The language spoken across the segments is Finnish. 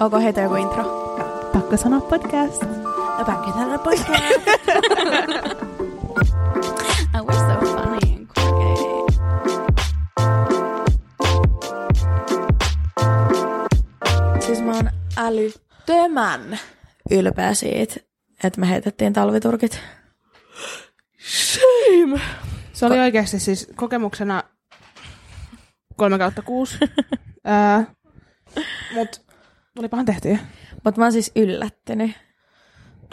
Onko heti joku intro? Pakko sanoa podcast. No pakko sanoa podcast. oh, we're so funny and quirky. Siis mä oon älyttömän ylpeä siitä, että me heitettiin talviturkit. Shame! Se oli oikeasti siis kokemuksena 3 kautta 6. Mut tulipahan tehtyä. Mutta mä oon siis yllättynyt,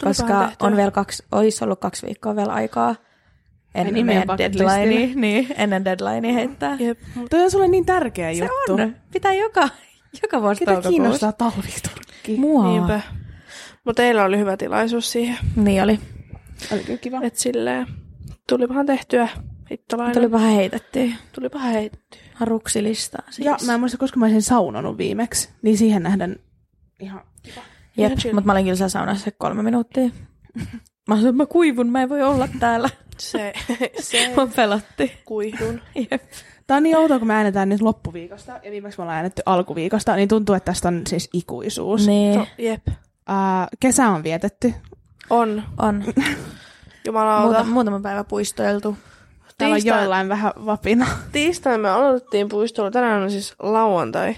koska tehtyä. on vielä kaksi, olisi ollut kaksi viikkoa vielä aikaa Ei ennen nimeä niin, meidän bucketlistillä. deadlinea, niin, ennen deadlinea heittää. Jep. Mutta se oli niin tärkeä Se juttu. on. Pitää joka, joka vuosi Ketä toukokuussa. kiinnostaa talviturkki? Mua. Niinpä. Mutta teillä oli hyvä tilaisuus siihen, Niin oli. Oli kyllä kiva. että silleen tulipahan tehtyä hittolainen, Tuli vähän heitetty. tulipahan heittyä. Ruksilistaa siis. Ja mä en muista, koska mä olisin saunonut viimeksi, niin siihen nähden ihan Jep, Ihan chill. mutta mä olin kyllä siellä saunassa kolme minuuttia. Mä sanoin, mä kuivun, mä en voi olla täällä. Se, se Mä pelotti. kuihdun. Jep. Tämä on niin outoa, kun me äänetään nyt loppuviikosta ja viimeksi me ollaan äänetty alkuviikosta, niin tuntuu, että tästä on siis ikuisuus. Niin, No, jep, Ää, kesä on vietetty. on. on. Jumalauta. Muuta, muutama päivä puistoiltu. Täällä on Tiistai- Niin joillain vähän vapina. Tiistaina me aloitettiin puistolla, tänään on siis lauantai.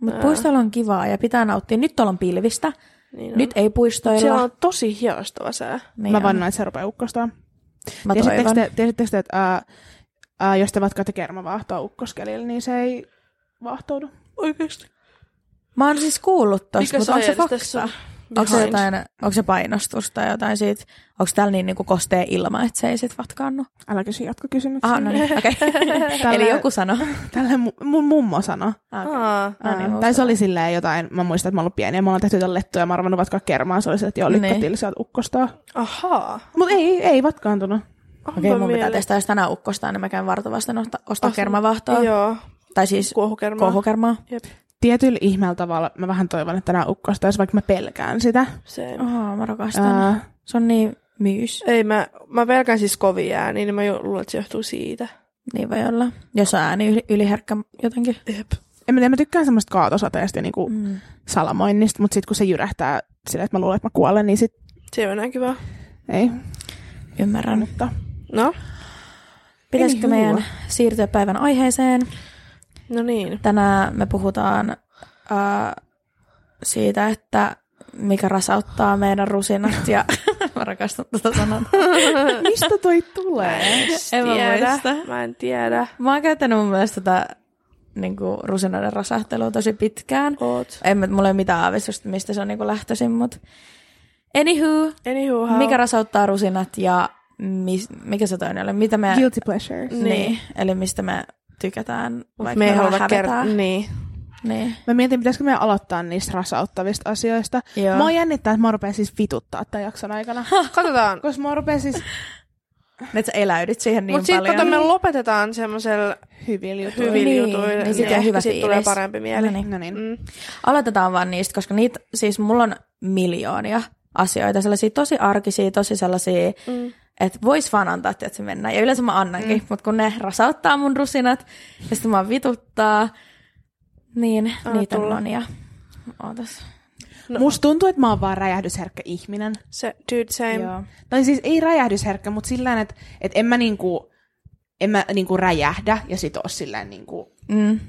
Mutta puistoilla on kivaa ja pitää nauttia. Nyt tuolla on pilvistä. Niin on. Nyt ei Siellä puistoilla. on tosi hiostava sää. Niin Mä on. vannoin, että se rupeaa ukkostaan. Mä Tiesittekö toivon. te, tiesittekö te, että ää, ää, jos te vatkaatte kermavaahtoa ukkoskelillä, niin se ei vahtoudu? Oikeesti. Mä oon siis kuullut tosta, Mikä mutta onko se ajatus fakta? tässä on? Onko se, Behind. jotain, onko se painostusta tai jotain siitä? Onko täällä niin, niin kuin kostea ilma, että se ei sit vatkaannu? Älä kysy jatkokysymyksiä. Ah, no niin, okei. Okay. Eli joku sanoi. Tällä mu- mun mummo sanoi. Aa, No niin, tai se oli silleen jotain, mä muistan, että mä oon ollut pieni ja mä oon tehty jotain lettuja ja mä oon arvannut vatkaa kermaa. Se oli se, että joo, Niin. lykkatilla sieltä ukkostaa. ahaa. Mutta ei, ei vatkaantunut. Okei, Onpa mun pitää miele- testaa, jos tänään ukkostaa, niin mä käyn vartavasta ostaa, ostaa Osta- kermavahtoa. Joo, Tai siis kuohukermaa. kohukermaa. Jep, Tietyllä ihmeellä tavalla mä vähän toivon, että tänään ukkosta, jos vaikka mä pelkään sitä. se. Oho, mä rakastan. Ää, Se on niin myys. Ei, mä, mä pelkään siis kovia ääniä, niin mä ju- luulen, että se johtuu siitä. Niin voi olla. Jos on ääni yli, yliherkkä jotenkin. Jep. en mä, tiedä, mä tykkään semmoista kaatosateesta ja niinku Mm. salamoinnista, mutta sitten kun se jyrähtää silleen, että mä luulen, että mä kuolen, niin sit Se on enää kiva. ei. Mm. Ymmärrän. Mutta No, Pitäisikö Eli hyvä. meidän siirtyä päivän aiheeseen? no niin. Tänään me puhutaan ää, siitä, että mikä rasauttaa meidän rusinat ja mä rakastan tätä sanaa. mistä toi tulee? En mä tiedä. muista. Mä en tiedä. Mä oon käyttänyt mun mielestä tätä niin kuin, rusinoiden rasahtelua tosi pitkään. Oot. En, mä- mulla ei ole mitään aavistusta, mistä se on niin kuin lähtöisin, mutta anywho, Anywho, how? mikä rasauttaa rusinat ja mis, mikä se toinen oli? Mitä me, Guilty pleasures. niin. eli mistä me tykätään, vaikka me me, ei me halua hävetään. kertoa. Niin. Niin. Mä mietin, pitäisikö meidän aloittaa niistä rasauttavista asioista. Joo. Mua jännittää, että mä rupean siis vituttaa tämän jakson aikana. Katsotaan. Koska mua rupeaa siis Nyt sä eläydyt siihen niin Mutta sitten paljon. kato, me lopetetaan semmoisella hyvillä jutuilla. hyvillä Niin, jutuilla. niin sit jää ehkä hyvä sit tulee fiilis. parempi mieli. No niin. No niin. Mm. Aloitetaan vaan niistä, koska niitä, siis mulla on miljoonia asioita, sellaisia tosi arkisia, tosi sellaisia, mm. että vois vaan antaa, että se mennään. Ja yleensä mä annankin, mm. mutta kun ne rasauttaa mun rusinat ja sitten mä vituttaa, niin Anna Anna niitä tulla. tulla. on monia. Ootas. No. Musta tuntuu, että mä oon vaan räjähdysherkkä ihminen. Se, dude, same. Joo. Tai siis ei räjähdysherkkä, mutta sillä tavalla, että, että en mä, niinku, en mä niinku räjähdä ja sit oo sillä niinku Mm,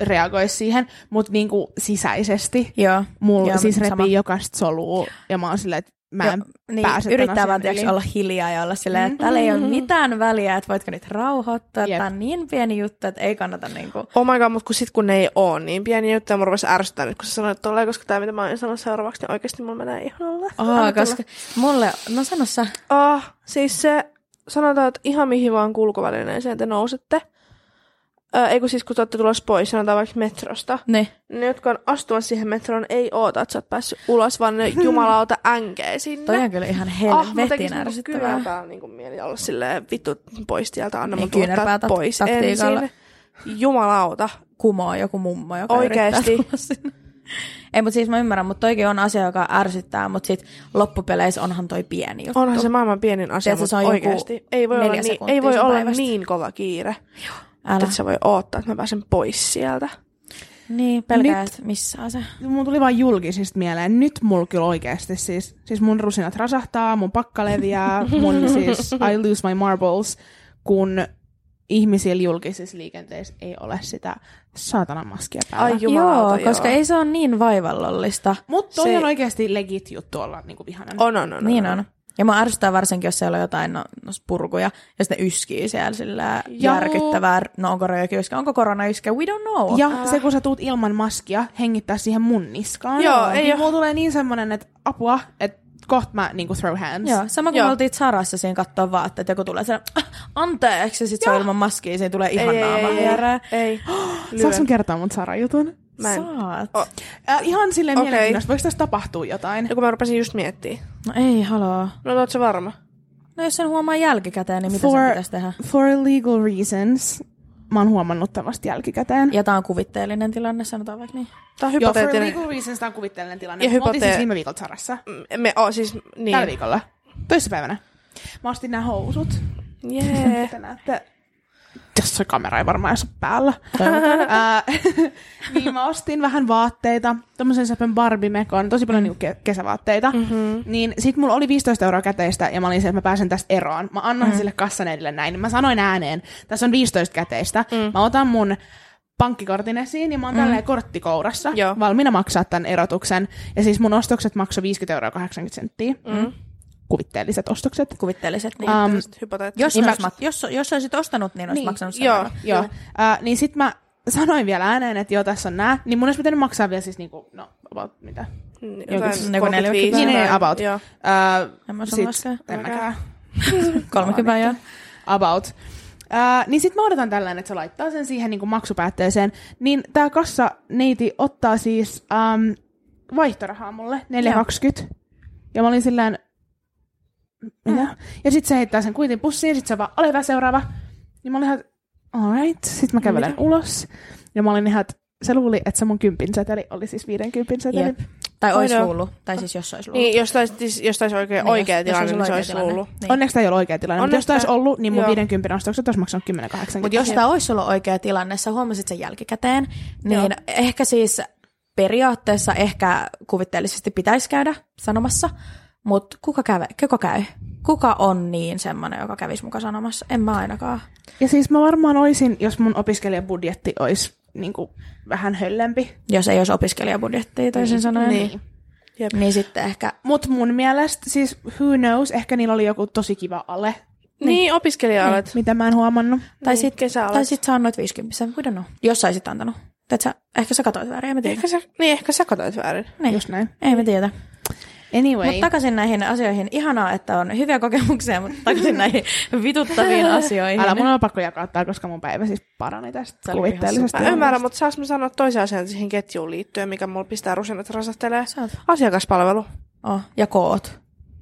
reagoi siihen, mutta niinku sisäisesti. joo. Mulla Joo, siis repii sama. sama. jokaista solua ja mä oon sillä, että mä en Joo, niin, pääse tän yrittää asian vaan yli. tiiäks, olla hiljaa ja olla silleen, että täällä ei ole mitään väliä, että voitko nyt rauhoittaa. Jep. Tämä on niin pieni juttu, että ei kannata niinku... Oh my god, mutta kun sit kun ne ei oo niin pieni juttu, ja mun rupesi ärsyttää nyt, kun sä sanoit tolleen, koska tää mitä mä oon sanonut seuraavaksi, niin oikeesti mulla menee ihan alle. Anna Aa, tulla. koska mulle... No sano sä. Ah, siis se, sanotaan, että ihan mihin vaan kulkuvälineeseen te nousette. Ää, ei kun siis, kun te olette tulossa pois, sanotaan vaikka metrosta. Niin. Ne, jotka on astumassa siihen metroon, ei oota, että sä oot päässyt ulos, vaan ne jumalauta änkee sinne. Hmm. Toi on kyllä ihan ah, mä helvetin tekisin ah, niinku ärsyttävää. kyynärpää niin mieli olla silleen, vittu, pois tieltä, anna Niin, mun tuottaa kyynärpää tat- pois taktiikalla. ensin. Jumalauta. Kumoo joku mummo, joka Oikeesti. yrittää tulla sinne. Ei, mutta siis mä ymmärrän, mutta toikin on asia, joka ärsyttää, mutta sit loppupeleissä onhan toi pieni juttu. Onhan se maailman pienin asia, Tiedätkö, se mutta on joku oikeasti ei voi, olla neljä niin, sekuntia ei voi sun olla päivästä. niin kova kiire, Älä. että sä voi oottaa, että mä pääsen pois sieltä. Niin, pelkää, että missään se. Mun tuli vaan julkisista mieleen. Nyt mulla kyllä oikeasti siis, siis mun rusinat rasahtaa, mun pakka leviää, mun siis I lose my marbles, kun ihmisillä julkisissa liikenteissä ei ole sitä saatanan maskia päällä. Ai jumalauta, joo, koska ei se ole niin vaivallollista. No, Mutta toi se- on oikeasti legit juttu olla niinku vihanen. On, on, on. Niin on. Ja mä ärsyttää varsinkin, jos siellä on jotain no, no, purkuja, ja sitten ne yskii siellä sillä Joo. järkyttävää, no onko rajakyyskä, onko koronayskä, we don't know. Ja Ah. se, kun sä tuut ilman maskia, hengittää siihen mun niskaan. Joo, ei niin oo. mulla tulee niin semmonen, että apua, että kohta mä niinku throw hands. Joo, sama kuin Joo. me oltiin Sarassa siinä katsoa vaatteet, joku tulee siellä, "Ah, anteeksi, ja sit se on ilman maskia, siinä tulee ihan Ei, ei, naaman ei, ei, viereen. ei. Saanko sun kertoa mun Sara-jutun? Mä en. Saat. O- Äh, ihan silleen okay. Okei. mielenkiintoista. Voiko tässä tapahtua jotain? No kun mä rupesin just miettimään. No ei, haloo. No oot sä varma? No jos sen huomaa jälkikäteen, niin mitä sen pitäisi tehdä? for legal reasons, mä oon huomannut tämän vasta jälkikäteen. Ja tää on kuvitteellinen tilanne, sanotaan vaikka niin. Tää on Joo, niinku- for hypoteettinen. legal reasons tämä on kuvitteellinen tilanne. Ja Mä oltiin hypote- siis viime viikolla Sarassa. Mm, Me, oh, siis, niin. Tällä viikolla. Toissapäivänä. Mä ostin nämä housut. Jee. Te näette. Tässä on Niin. kamera ei varmaan edes ole päällä. Toivotaan. Ää, niin mä ostin vähän vaatteita, tommosen säpön barbimekon, tosi paljon niinku ke- kesävaatteita. Mm-hmm. Niin sit mulla oli 15 euroa käteistä ja mä olin se, että mä pääsen tästä eroon. Mä annan mm-hmm. sille kassaneidille näin, niin mä sanoin ääneen, tässä on 15 käteistä. Mm. Mä otan mun pankkikortin esiin ja mä oon mm. tälleen korttikourassa Joo. valmiina maksaa tämän erotuksen. Ja siis mun ostokset maksoi 50 euroa 80 senttiä. Mm. Kuvitteelliset ostokset. Kuvitteelliset, niin. Am, Um, hypoteettinen. jos, niin mä... jos, jos olisit ostanut, niin olisit Niin, maksanut sen. Joo, verran. Joo. Äh, niin sit mä sanoin vielä ääneen, että joo, tässä on nää. Niin mun olisi pitänyt maksaa vielä siis niinku, no, about mitä? joku jotain neljäkymmentä. 35 Niin, niin, tai- about. Joo. Äh, En mä osaa sit- laskea. En mäkään. 30 joo. About. Äh, niin sit mä odotan tällainen, että se laittaa sen siihen niinku maksupäätteeseen. Niin tää kassa neiti ottaa siis ähm, vaihtorahaa mulle, 4,20. Ja mä olin sillään, mitä? Ja sit se heittää sen kuitin pussiin, ja sit se on vaan, ole hyvä seuraava. Niin mä olin ihan, alright. Sit mä kävelen ulos. Ja mä olin ihan, että se luuli, että se mun kympin seteli oli siis viiden kympin seteli. Jep. Tai ois Voidaan. luullut. Tai siis jos ois luullut. Niin, jos taisi siis, jos taisi oikein oikea jos- jos tilanne, olisi niin se oikea olisi tilanne. luullut. Niin. Onneksi tämä ei ole oikea tilanne, mutta jos Onneksi tämä olisi tää- ollut, niin mun joo. 50 ostokset olisi maksanut 10,80. Mutta jos tämä olisi ollut oikea tilanne, sä huomasit sen jälkikäteen, niin Joo. Joo. ehkä siis periaatteessa ehkä kuvitteellisesti pitäisi käydä sanomassa, mutta kuka käy, kuka käy? Kuka on niin semmoinen, joka kävisi muka sanomassa? En mä ainakaan. Ja siis mä varmaan olisin, jos mun opiskelijabudjetti olisi niin kuin, vähän höllempi. Jos ei olisi opiskelijabudjettia toisin sanoen. niin. Jep. niin sitten ehkä... Mutta mun mielestä, siis who knows, ehkä niillä oli joku tosi kiva ale, Niin, opiskelija olet. mitä mä en huomannut. Tai Niin, sit, kesä olet. tai sit sä annoit 50, we don't know. Jos sä olisit antanut. Et sä, ehkä sä katsoit väärin, ei mä tiedä. Ehkä sä, niin, ehkä sä katsoit väärin. Niin. Just näin. Ei mä tiedä. Anyway. Mutta takaisin näihin asioihin. Ihanaa, että on hyviä kokemuksia, mutta takaisin näihin vituttaviin asioihin. Älä, Niin. mun on pakko jakaa tää, koska mun päivä siis parani tästä Sä olit kuvitteellisesta. Mä ymmärrän, mutta saas mä sanoa toisen asian siihen ketjuun liittyen, mikä mulla pistää rusinat rasahtelee. Saat. Asiakaspalvelu. Oh, ja koot,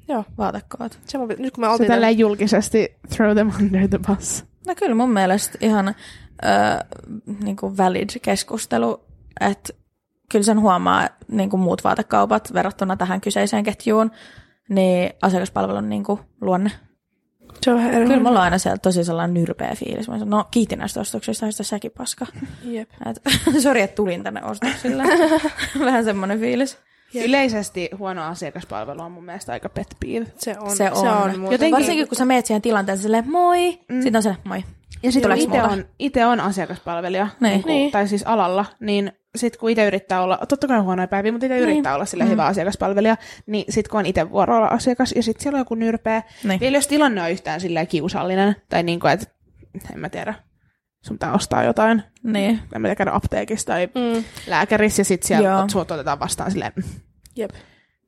Joo. vaatekoot. Se mun, pit- nyt kun me Se oltiin... tälleen julkisesti throw them under the bus. No kyllä mun mielestä ihan äh, niin kuin valid keskustelu, että kyllä sen huomaa niin kuin muut vaatekaupat verrattuna tähän kyseiseen ketjuun, niin asiakaspalvelun niin kuin luonne. Se on vähän Kyllä eri. mulla on aina siellä tosi sellainen nyrpeä fiilis. Mä sanon, no kiitin näistä ostoksista, sitä säkin paska. Jep. Et, Sori, että tulin tänne ostoksilla. Vähän semmoinen fiilis. Yleisesti huono asiakaspalvelu on mun mielestä aika pet peeve. Se on. Se on. Se on muuten. Jotenkin- Varsinkin kun sä meet siihen tilanteeseen silleen moi, mm. sitten on se moi. Ja sitten Tuleeko itse muuta? on, ite on asiakaspalvelija, Niin. niin. Kuin, Niin. tai siis alalla, niin sitten kun itse yrittää olla, totta kai on huonoja päiviä, mutta itse niin. yrittää olla sille mm. hyvä asiakaspalvelija, niin sitten kun on itse vuorolla asiakas ja sitten siellä on joku nyrpeä, Niin. niin. vielä jos tilanne on yhtään silleen kiusallinen, tai niin kuin, että en mä tiedä, sun pitää ostaa jotain, Niin. en mä tiedä, käydä apteekissa tai mm. Mm. lääkärissä, ja sitten siellä Joo. Joo. sut otetaan vastaan silleen, mm, Jep.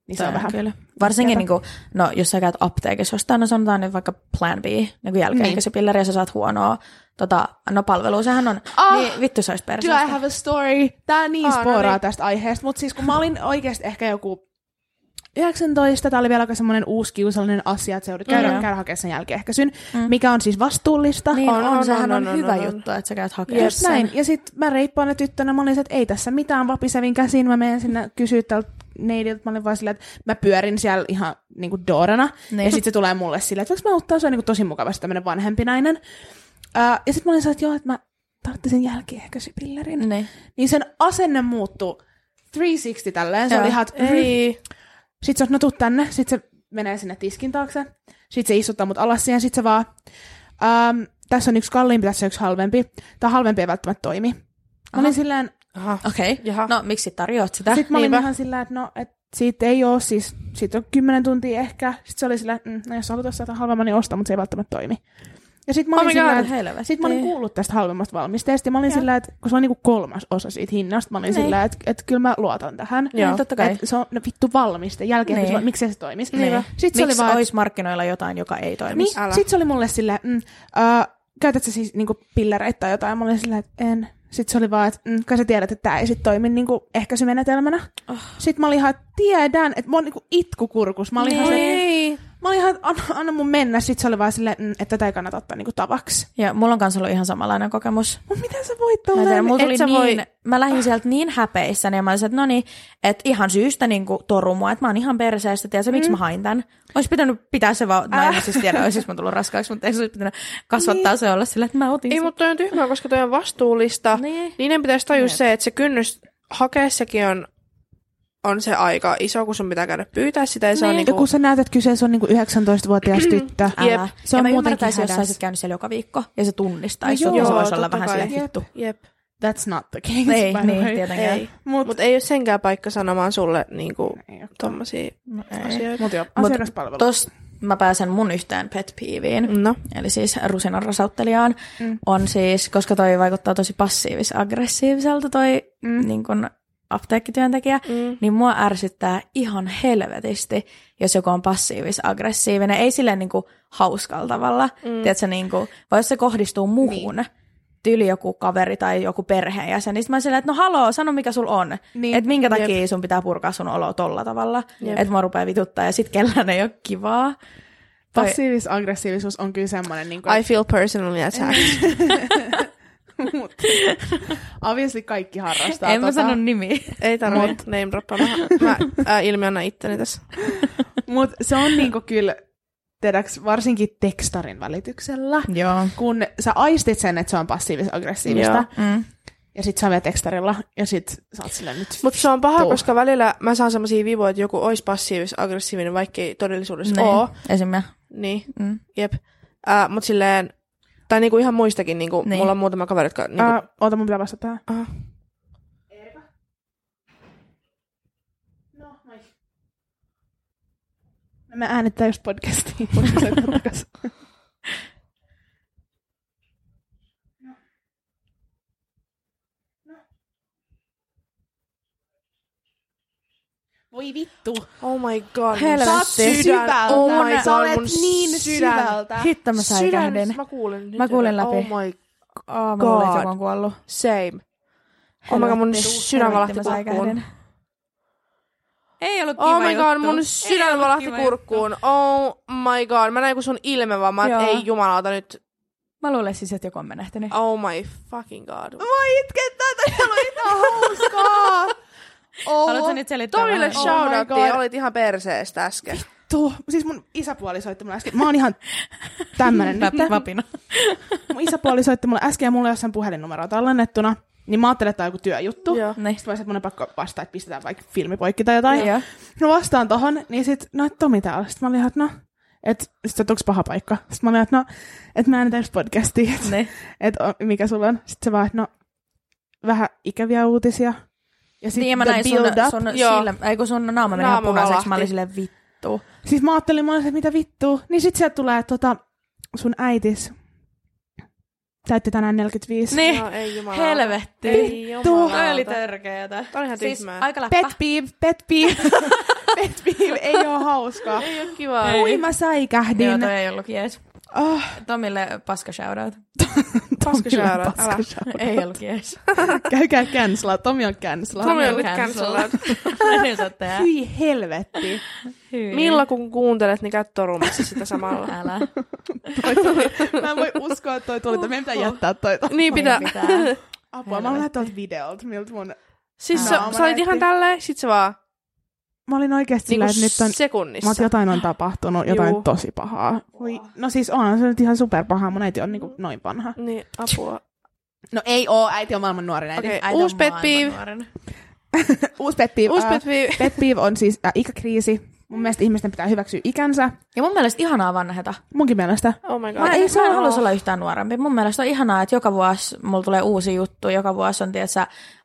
niin se on Tää vähän. Kyllä. Varsinkin, niin kuin, no, jos sä käyt apteekissa ostaa, no sanotaan nyt vaikka plan B, niin kuin jälkeen, se pilleri, ja sä saat huonoa tota, no palvelua, sehän on, Ah! niin vittu se olisi Do I perseestä. have a story? Tää niin Aa, no sporaa niin. tästä aiheesta, mutta siis kun mä olin oikeasti ehkä joku 19, tää oli vielä aika semmoinen uusi kiusallinen asia, että se joudut käydä, Joo. käydä hakemaan sen jälkeenehkäisyn, mm. mikä on siis vastuullista. Niin on, On, on, sehän on, on, on, hyvä on, on. juttu, että sä käyt hakemaan Just sen. näin. Ja sit mä reippaana tyttönä, mä olin se, että ei tässä mitään vapisevin käsin, mä menen sinne kysyä tältä neidiltä, mä olin vaan silleen, että mä pyörin siellä ihan niinku doorana, Niin. ja sit se tulee mulle silleen, että voiko mä auttaa, se on niinku tosi mukavasti tämmönen vanhempi nainen. Ää, ja sit mä olin se, että joo, että mä tartti sen jälkiehkäisypillerin. Niin. Niin sen asenne muuttuu 360 tälleen. Se Joo. oli ihan, että Ei. Sitten se on, no tuu tänne. Sitten se menee sinne tiskin taakse. Sitten se istuttaa mut alas siihen. Sitten se vaan, äm, tässä on yksi kalliimpi, tässä on yksi halvempi. Tämä halvempi ei välttämättä toimi. Mä Aha. olin silleen, Aha. Okei. Jaha. Okay. No, miksi sit tarjoat sitä? sitten mä olin niinpä. ihan sillä, että no, et siitä ei oo siis, siitä on kymmenen tuntia ehkä. Sitten se oli sillä, mm, no jos haluat ostaa jotain halvemman, niin osta, mutta se ei välttämättä toimi. Ja sitten mä olin Oh my sillä, god. että helvetti. sitten mä olin kuullut tästä halvemmasta valmisteesta ja mä olin sillä, että kun se on niinku kolmas osa siitä hinnasta, mä olin Niin. sillä, että, että kyllä mä luotan tähän. Joo. Niin, totta kai. Et se on no, vittu valmiste, jälkeen Niin. niin. miksi se toimisi. Niin. Sitten se oli miksi vaan, olisi markkinoilla jotain, joka ei toimi? niin, Älä. sit se oli mulle silleen, mm, äh, käytät sä siis niinku pillereitä tai jotain? Mä olin silleen, että en. Sitten se oli vaan, että mm, kai sä tiedät, että tämä ei sit toimi niinku ehkäisymenetelmänä. Oh. Sitten mä olin ihan, että tiedän, että mä oon niinku itkukurkus. Mä olin, ihan, Niin. se, Ei. mä olin ihan, että anna, anna mun mennä. Sitten se oli vaan silleen, mm, että tätä ei kannata ottaa niinku tavaksi. Ja mulla on kanssa ollut ihan samanlainen kokemus. Mut miten sä voit Mä, en tiedä, tolleen? mulla et tuli sä niin, voi- voi... mä lähdin sieltä niin häpeissäni ja mä olisin, että no niin, että ihan syystä niin toru mua, että mä oon ihan perseestä, tiedätkö, miksi mä hain tämän? Olisi pitänyt pitää se vaan, näin, siis tiedä, olisi mä tullut raskaaksi, mutta ei se olisi pitänyt kasvattaa niin. se olla sillä, että mä otin Ei, sen. mutta toi on tyhmää, koska toi on vastuullista. Niin. Niiden pitäisi tajua Jep. se, että se kynnys hakea sekin on, on se aika iso, kun sun pitää käydä pyytää sitä. Ja se on Niin. Ja niinku, kun sä näet, että kyseessä on niinku 19-vuotias tyttö. Jep. Älä. Se ja on mä muutenkin ymmärtäisin, jos sä hädässä. olisit käynyt siellä joka viikko ja se tunnistaisi No sut, ja se joo, voisi olla totta vähän kai. silleen vittu. jep, That's not the case, Ei, by the niin, way. tietenkään. ei. Mut, Mutta ei ole senkään paikka sanomaan sulle niinku, ei oo. tommosia No ei. asioita. Mut joo, Mut asiakaspalvelu. Tos mä pääsen mun yhteen pet peeveen. No, eli siis rusinan rasauttelijaan, Mm. mm. on siis, koska toi vaikuttaa tosi passiivis-aggressiiviselta toi Mm. mm. niin kun apteekkityöntekijä, Mm. mm. niin mua ärsyttää ihan helvetisti, jos joku on passiivis-aggressiivinen. Ei silleen niin kuin hauskalla tavalla, mm. tiedätkö, niin kuin, vai jos se kohdistuu muuhun. Niin tyyli joku kaveri tai joku perheenjäsen, niin sit mä oon silleen, että no haloo, sano mikä sul on. Niin. Niin. Että minkä takia sun pitää purkaa sun oloa tolla tavalla. Jep. Että mua rupeaa vituttaa ja sit kellään ei ole kivaa. Toi- Passiivis-aggressiivisuus on kyllä semmoinen, niin I feel personally attacked. mutta obviously kaikki harrastaa en tota, mä sano nimiä. ei tarvii name droppaa. Mä, mä äh, ilmiönä itteni tässä. mut se on niinku kyllä, tiedäks, varsinkin tekstarin välityksellä, Joo. kun sä aistit sen, että se on passiivis-aggressiivista, Joo. Mm. ja sit sä oot vielä tekstarilla, ja sit sä oot silleen nyt... Mutta se on paha, Tuo. koska välillä mä saan semmoisia vivoja, että joku olisi passiivis-aggressiivinen, vaikka ei todellisuudessa niin. ole. Esimerkiksi. Niin, Mm. jep. Äh, Mutta silleen, tai niinku ihan muistakin, niinku, niin. Niin. mulla on muutama kaveri, jotka... Niinku, Ah. Äh, oota, mun pitää vastata tähän. aha. No, moi. No, me äänittää just podcastiin. Voitko sä soittaa takas? No. Voi vittu. Oh my god, Helvetti. mun sydän. Syvältä. Oh my Sä god, olet mun niin sydän. syvältä. Hitto mä Sydän, säikähdin. mä kuulen nyt. Mä kuulen jotain. läpi. Oh my Oh, God. luulin, että joku on kuollut. same. Oh my god, mun Helvetti. sydän valahti Helvetti, mä kurkkuun. säikähdin. Ei ollut kiva Oh my god, juttu. mun sydän valahti kiva kurkkuun. Oh my god, mä näin kun sun ilme vaan, mä oon, Joo. ei jumalauta nyt. Mä luulen siis, että joku on menehtynyt. Oh my fucking god. Voi itkettää, toi ei ollut ihan hauskaa. Oh. Haluatko nyt selittää Tomille vähän? shout- shoutouttiin, god. olit ihan perseestä äsken. Tuo, siis mun isäpuoli soitti mulle äsken. Mä oon ihan tämmönen nyt. Vä- Vapina. Mun isäpuoli soitti mulle äsken ja mulla ei ole sen puhelinnumero tallennettuna. Niin mä ajattelin, että tää on joku työjuttu. Joo. Niin. Sitten mä sanoin, että mun on pakko vastata, että pistetään vaikka filmi poikki tai jotain. Joo. No vastaan tohon, niin sit, no et Tomi täällä. Sitten mä olin ihan, että no, et, sit että onks paha paikka. Sitten mä olin, että no, et mä en täys podcastia, et, Niin. et o- mikä sulla on. Sitten se vaan, että no, vähän ikäviä uutisia. Ja sit Niin, ja mä the näin sun, build up. sun, Joo. silmä, ei kun sun naama meni ihan Naama punaiseksi. Mä valahti. olin silleen vittu. Siis mä ajattelin, mä olin se, että mitä vittua. Niin sit sieltä tulee tota, sun äitis täytti tänään 45. Niin. No, ei jumalauta. Helvetti. Ei jumalauta. Toi oli törkeetä. Toi oli ihan Siis tyhmää. aika läppä. Pet peeve, pet peeve. pet peeve, ei oo hauskaa. Ei oo kivaa. Ui, mä Joo, säikähdin. toi ei ollut jees. Oh, Tomille paska shoutout. Paskasäädä, älä. Ei ollut jees. Käykää cancelaa, Tomi on cancelaa. Tomi on on nyt cancelled. cancelled. Niin sä oot tehdä. Hyi helvetti. Hyvin. Milla kun kuuntelet, niin käy torumassa sitä samalla. Älä. Toi tuli, mä en voi uskoa, että toi tuli. että Meidän pitää jättää toi. to- Niin pitää. Niin pitää. Apua, mä olen tuolta videolta, miltä mun... Siis Naama sä, sä olit näytti. ihan tälleen, sit se vaan Mä olin oikeesti sillä, niinku että nyt on... Mä oon, sekunnissa. jotain on tapahtunut, jotain Juu. tosi pahaa. Voi, no siis on, se nyt ihan superpahaa. Mun äiti on niinku noin vanha. Niin, apua. No ei oo, äiti on maailman nuorin äiti. Okei, Okay. Äiti on uusi pet maailman peeve. nuorin. Uusi pet peeve. Uusi Äh, pet peeve. pet peeve on siis äh, ikäkriisi. Mun mielestä ihmisten pitää hyväksyä ikänsä. Ja mun mielestä ihanaa vanheta. Munkin mielestä. Oh my god. Mä, ei, mä en ihanaa. halus olla yhtään nuorempi. Mun mielestä on ihanaa, että joka vuosi mulla tulee uusi juttu, joka vuosi on tietysti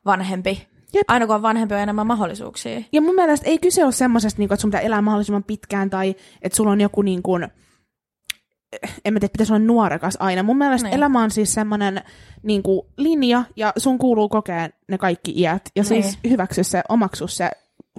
vanhempi. Jep. Aina kun on vanhempi, on enemmän mahdollisuuksia. Ja mun mielestä ei kyse ole semmoisesta, niinku, että sun pitää elää mahdollisimman pitkään tai että sulla on joku niin kuin, en mä tiedä, pitäisi olla nuorekas aina. Mun mielestä Niin. niin. elämä on siis semmoinen niin kuin, linja ja sun kuuluu kokea ne kaikki iät ja siis Niin. hyväksy se, omaksu se.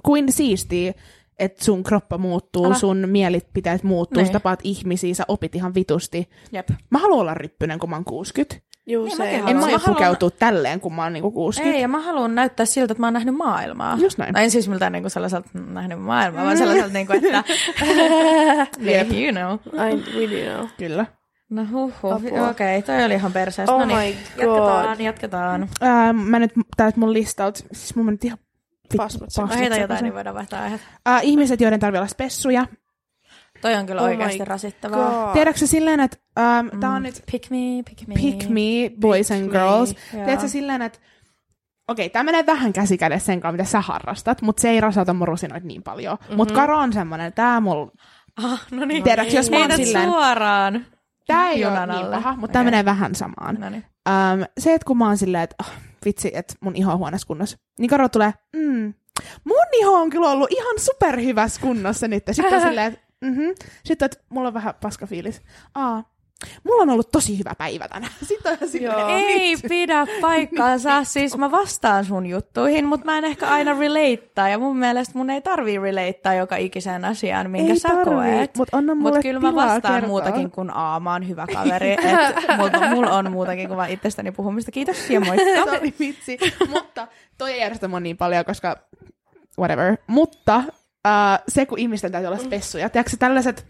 Kuin siistiä, että sun kroppa muuttuu, Älä. Älä. sun mielipiteet muuttuu, Niin. niin. sä tapaat ihmisiä, sä opit ihan vitusti. Jep. Mä haluan olla ryppynen, kun mä oon 60. Juu, Niin, se mäkin En ei Joo. mä Mä aio haluan- pukeutua tälleen, kun mä oon niinku 60. Ei, ja mä haluan näyttää siltä, että mä oon nähnyt maailmaa. Just näin. No en siis miltään niinku sellaiselta mm, nähnyt maailmaa, vaan sellaiselta, niinku, että Niin, Jep. you know. I really know. Kyllä. No huhhuh, okei, Apua. okay, toi oli ihan perseestä. Oh no niin, my god. jatketaan, jatketaan. No Ää, Ähm, mä nyt täältä mun listalta, siis mun meni ihan... pit- Pasmat Mä pasmat heitän jotain, sekaisin. niin Ah. voidaan vaihtaa aiheet. Ää, Äh, ihmiset, joiden tarvii olla spessuja. Toi on kyllä Oh my oikeasti rasittavaa. Mm. God. Tiedätkö sä silleen, että äm, tää on nyt Pick me, pick me. pick me, boys and me, girls. niin. joo. Tiedätkö sä silleen, että okei, tää menee vähän käsikädessä sen kanssa, mitä sä harrastat, mutta se ei rasauta mun rusinoita niin paljon. Mhm. Mm-hmm. Mutta Karo on semmonen, tää mulla... Ah, no niin. Tiedätkö, jos mä oon Heität silleen- suoraan. Tää ei Junan ole niin alle. paha, mutta tää Okei. menee vähän samaan. No niin. Äm, Ähm, se, että kun mä oon silleen, että oh, vitsi, että mun iho on huonossa kunnossa, niin Karo tulee, mm, mun iho on kyllä ollut ihan superhyvässä kunnossa nyt. Ja Sitten on silleen, että mm-hmm. Sitten, että mulla on vähän paska fiilis. Aa, mulla on ollut tosi hyvä päivä tänään. Sitten on ihan silleen, Joo. Ei pidä paikkaansa. Siis mä vastaan sun juttuihin, mutta mä en ehkä aina relatea. Ja mun mielestä mun ei tarvii relatea joka ikiseen asiaan, minkä Ei sä tarvii, koet. mut anna Mut mulle kyllä mä tilaa vastaan kertoa. muutakin kuin aamaan hyvä kaveri. Et mul- mulla on muutakin kuin vaan itsestäni puhumista. Kiitos ja Se moikka. oli vitsi. Mutta toi ei järjestä mua niin paljon, koska whatever. Mutta äh, se, kun ihmisten täytyy olla spessuja. Tiedätkö sä, tällaiset...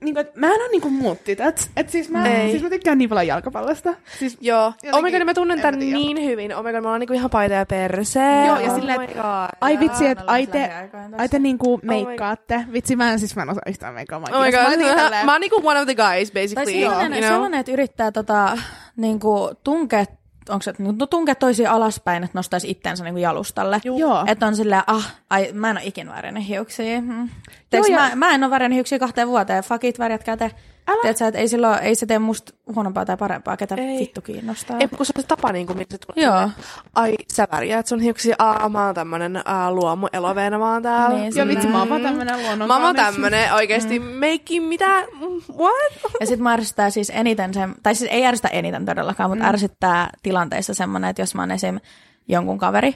Niin kuin, mä en ole niinku muut tytöt. Et siis mä, Ei. siis mä tykkään niin paljon jalkapallosta. Siis Joo. Jotenkin, oh my god, Jotenkin, mä tunnen en tän mä tiedä. niin hyvin. Oh my god, mä oon niinku ihan paita ja perse. Joo, ja oh silleen, my et- god. Ai vitsi, että Anna ai lähes te, lähiaikoina tässä. ai te niinku meikkaatte. Vitsi, mä en siis mä en osaa yhtään meikkaamaan. Oh my Kiitos. Mä olin god. tälleen- mä oon niinku one of the guys, basically. Tai sellainen, you know? sellainen, että yrittää tota, niinku, tunkea, onko se, no, tunkea toisia alaspäin, että nostaisi itsensä niinku jalustalle. Joo. Että on silleen, ah, ai, mä en ole ikinä värjännyt hiuksia. Mm. Teeks, Joo, mä, ja- mä, en ole värjännyt hiuksia kahteen vuoteen. Fuck it, värjätkää te. Älä. Tiedätkö, että ei, silloin, ei se tee musta huonompaa tai parempaa, ketä ei. Ei. vittu kiinnostaa. Ei, kun se on se tapa, niin kuin, miten se tulee. Joo. silleen, Ai, sä värjäät sun hiuksia. Aa, mä oon tämmönen aa, luomu eloveena, mä oon täällä. Niin, Joo, silleen. vitsi, mä oon vaan Mm. tämmönen luonnon Mm. Mä oon kaunis. tämmönen oikeesti meikki mitä? What? Ja sit mä ärsyttää siis eniten sen, tai siis ei ärsytä eniten todellakaan, mutta mm. ärsyttää tilanteissa semmoinen, että jos mä oon esim. jonkun kaveri,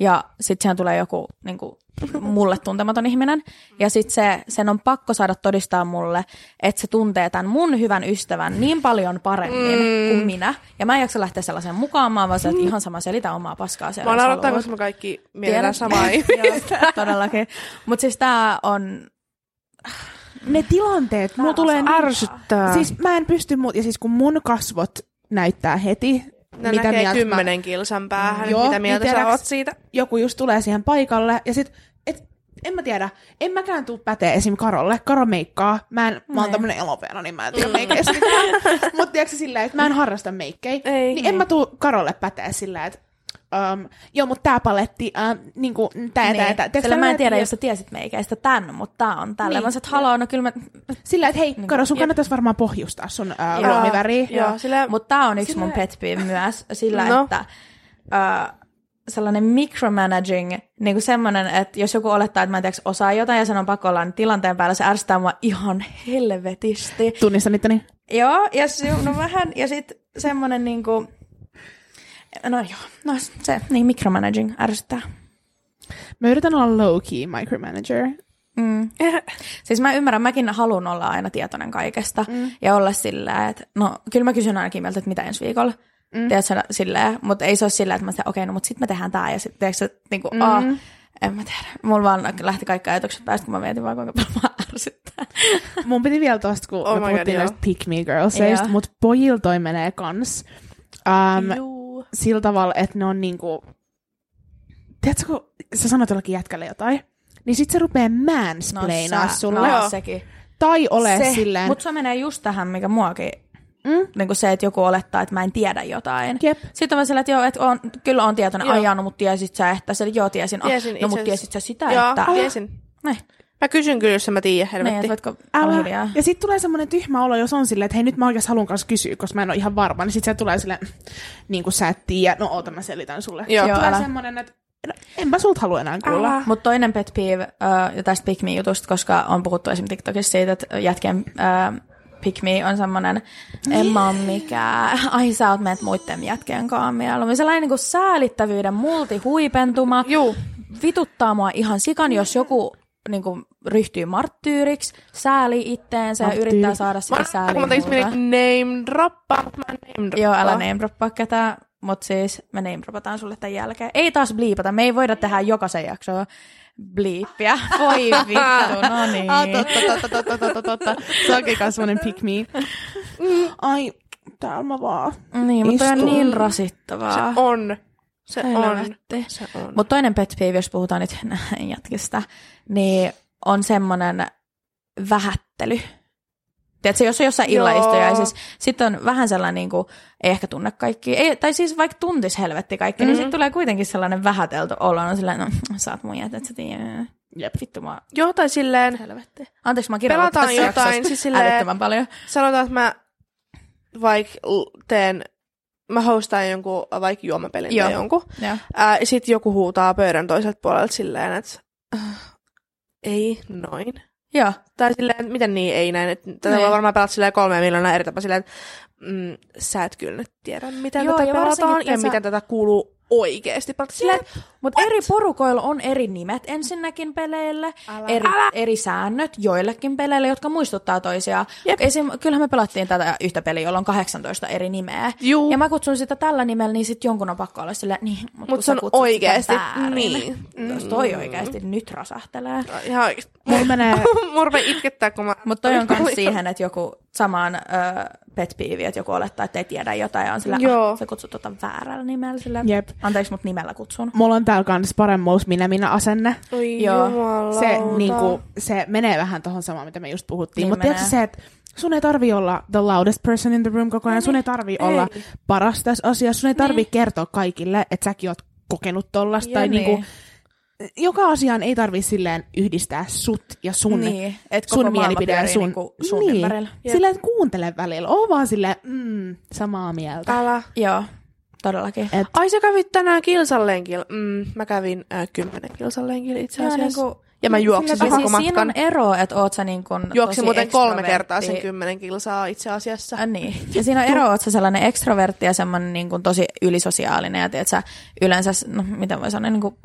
ja sit sehän tulee joku niin kuin, mulle tuntematon ihminen, ja sit se, sen on pakko saada todistaa mulle, että se tuntee tämän mun hyvän ystävän niin paljon paremmin mm. kuin minä. Ja mä en jaksa lähteä sellaiseen mukaan, mä oon vaan se, että ihan sama selitä omaa paskaa siellä. Mä oon jos aloittaa, haluat. koska me kaikki Tiedän. mietitään samaa ihmistä. Joo, todellakin. Mutta siis tää on... Ne tilanteet, mulla tulee niin Ärsyttää. Siis mä en pysty muut, ja siis kun mun kasvot näyttää heti, ne mitä näkee mieltä mä, kymmenen kilsan päähän, Joo, mitä mieltä niin sä tiedäks- oot siitä. joku just tulee siihen paikalle, ja sit, et, en mä tiedä, en mäkään tuu pätee esim. Karolle, Karo meikkaa, mä, en, mä oon Niin. Mm. tämmönen elopeena, niin mä en tiedä meikeistä, mutta tiedätkö silleen, että mä en harrasta meikkejä, Ei. niin en mä tuu Karolle pätee silleen, että Um, joo, mutta tää paletti, um, niinku, tää ja tää, ja tää. Tiedätkö, Niin, Sillä mä en tällainen- tiedä, jos sä tiesit meikäistä tän, mutta tää on tällä. Niin. Niin. Mä sanoin, haloo, no kyllä mä Sillä, että hei, Niin. Karo, sun kannattaisi varmaan pohjustaa sun uh, luomiväriä. Joo, sillä Mutta tämä on yksi Sillä- mun pet peeve myös, sillä no. No. että äh, sellainen micromanaging, niin kuin semmoinen, että jos joku olettaa, että mä en tiedä, osaa jotain ja sen on pakko olla niin tilanteen päällä, se ärsyttää mua ihan helvetisti. Tunnistan itteni. Joo, ja se, no vähän, ja sitten semmoinen niin kuin, no joo, no se, niin micromanaging ärsyttää. Mä yritän olla low-key micromanager. Siis mä ymmärrän, mäkin haluan olla aina tietoinen kaikesta mm. ja olla sillä, että no kyllä mä kysyn ainakin mieltä, että mitä ensi viikolla. Mm. Tiedätkö, silleen, mutta ei se ole sillä, että mä sanoin, okei, okay, no mutta sitten me tehdään tämä ja sitten tiedätkö, niin kuin, mm. aah, Ah. en mä tiedä. Mulla vaan lähti kaikki ajatukset päästä, kun mä mietin vaan, kuinka paljon mä ärsyttää. Mun piti vielä tosta, kun Oh oh me my puhuttiin God, näistä pick me Joo. girlsista, mutta pojilla toi menee kans. Um, Juu. sillä tavalla, että ne on niinku... Tiedätkö, kun sä sanot jollekin jätkälle jotain, niin sit se rupee mansplainaa no, sulle. no, No. sekin. Tai ole se, silleen... Mutta se menee just tähän, mikä muakin Mm. niin kuin se, että joku olettaa, että mä en tiedä jotain. Jep. Sitten mä sillä, että joo, että on, kyllä on tietoinen Joo. ajanut, mutta tiesit sä, että se, joo, tiesin, Ah, Tiesin no itse mutta asiassa. tiesit sä sitä, Joo, että... tiesin. Niin, Mä kysyn kyllä, jos en mä tiedän, niin, helvetti. että voitko olla Älä. hiljaa. Ja sitten tulee semmoinen tyhmä olo, jos on silleen, että hei nyt mä oikeasti haluan kanssa kysyä, koska mä en ole ihan varma. Niin sitten se tulee silleen, niin kuin sä et tiedä, no oota mä selitän sulle. Joo. tulee Älä. semmoinen, että no, enpä sulta halua enää kuulla. Älä. Mutta toinen pet peeve uh, tästä Pick Me jutusta, koska on puhuttu esimerkiksi TikTokissa siitä, että jätkien uh, Pick Me on semmoinen, en mä oo mikään, ai sä oot menet muiden jätkien kaamielu. Sellainen niin kuin säälittävyyden multihuipentuma. Juu. Vituttaa mua ihan sikan, jos joku niin kuin, ryhtyy marttyyriksi, sääli itteensä ja Marttyyri. yrittää saada sitä Mä, sääliä kun mä tein muilta. name droppaa, mutta mä en name droppaa. Joo, älä name droppaa ketään, mutta siis me name droppataan sulle tämän jälkeen. Ei taas bliipata, me ei voida tehdä jokaisen jaksoa bliippiä. Voi vittu, no niin. Ah, totta, totta, totta, totta, totta. Se onkin kanssa semmoinen pick me. Ai, täällä mä vaan. Niin, mutta on Istu. niin rasittavaa. Se on. Se on. Helvetti. Se on. Mutta toinen pet peeve, jos puhutaan nyt jatkista, niin on semmoinen vähättely. Tiedätkö, jos on jossain Joo. illaistujaisissa, sitten on vähän sellainen, niin kuin, ei ehkä tunne kaikki, ei, tai siis vaikka tuntis helvetti kaikki, mm-hmm. niin Mhm. sitten tulee kuitenkin sellainen vähätelty olo, on sellainen, no sä oot mun jätet, sä tiedät. Jep. Vittu mä, Joo, tai silleen, helvetti. Anteeksi, mä kirjoitan pelataan tässä jotain, jaksossa siis silleen, älyttömän paljon. sanotaan, että mä vaikka l- teen, mä hostaan jonkun äh, vaikka juomapelin Joo. tai jonkun, Joo. ää, sit joku huutaa pöydän toiselta puolelta silleen, että äh, ei noin. Joo. Tai silleen, että miten niin ei näin, että tätä Niin. voi varmaan pelata silleen kolmea miljoonaa eri tapaa silleen, että mm, sä et kyllä nyt tiedä, mitä Joo, Joo, tätä ja pelataan varsinkin ja tässä- miten tätä kuuluu oikeasti pelata. Silleen, että Mutta eri porukoilla on eri nimet ensinnäkin peleille, Älä. eri, eri säännöt joillekin peleille, jotka muistuttaa toisiaan. Jep. Esim, kyllähän me pelattiin tätä yhtä peliä, jolla on 18 eri nimeä. juu, Ja mä kutsun sitä tällä nimellä, niin sit jonkun on pakko olla sillä, niin, mutta mut kun mutta sä se on kutsut sitä oikeasti, väärin. niin. Jos toi oikeasti nyt rasahtelee. Ihan oikeasti. Mulla menee Murve itkettää, kun mä... Mutta toi on myös siihen, että joku samaan ö, pet peeve, että joku olettaa, että ei tiedä jotain, ja on sillä, Joo. ah, sä kutsut tota väärällä nimellä, sillä, Jep. anteeksi, mut nimellä kutsun. mulla on täällä kans paremmuus minä minä asenne. Oi Joo. jumalauta. Se, niinku, se menee vähän tohon samaan, mitä me just puhuttiin. Niin Niin Mutta tiedätkö menee. se, että sun ei tarvi olla the loudest person in the room koko ajan. Sun ei tarvi No niin. ei. olla paras tässä asiassa. Sun ei tarvi niin. kertoa kaikille, että säkin oot kokenut tollasta. Tai niin. niinku, joka asiaan ei tarvi silleen yhdistää sut ja sun Niin, et koko sun maailma mielipide ja pyörii sun, niinku sun ympärillä. Niin. Silleen, että kuuntele välillä. Oo vaan silleen, mm, samaa mieltä. Älä. Joo, todellakin. Et, Ai sä kävit tänään kilsan lenkillä. Mm, mä kävin äh, kymmenen kilsan lenkillä itse Joo, asiassa. niinku- ja mä juoksin sen Ja koko siis siinä on matkan. ero, että oot sä niin kun Juoksin tosi muuten kolme kertaa ekstrovertti. sen kymmenen kilsaa itse asiassa. Äh, niin. Ja siinä on ero, oot sä sellainen ekstrovertti ja semmoinen niin kun tosi ylisosiaalinen ja tiedät sä yleensä, s- no miten voi sanoa, niin kun,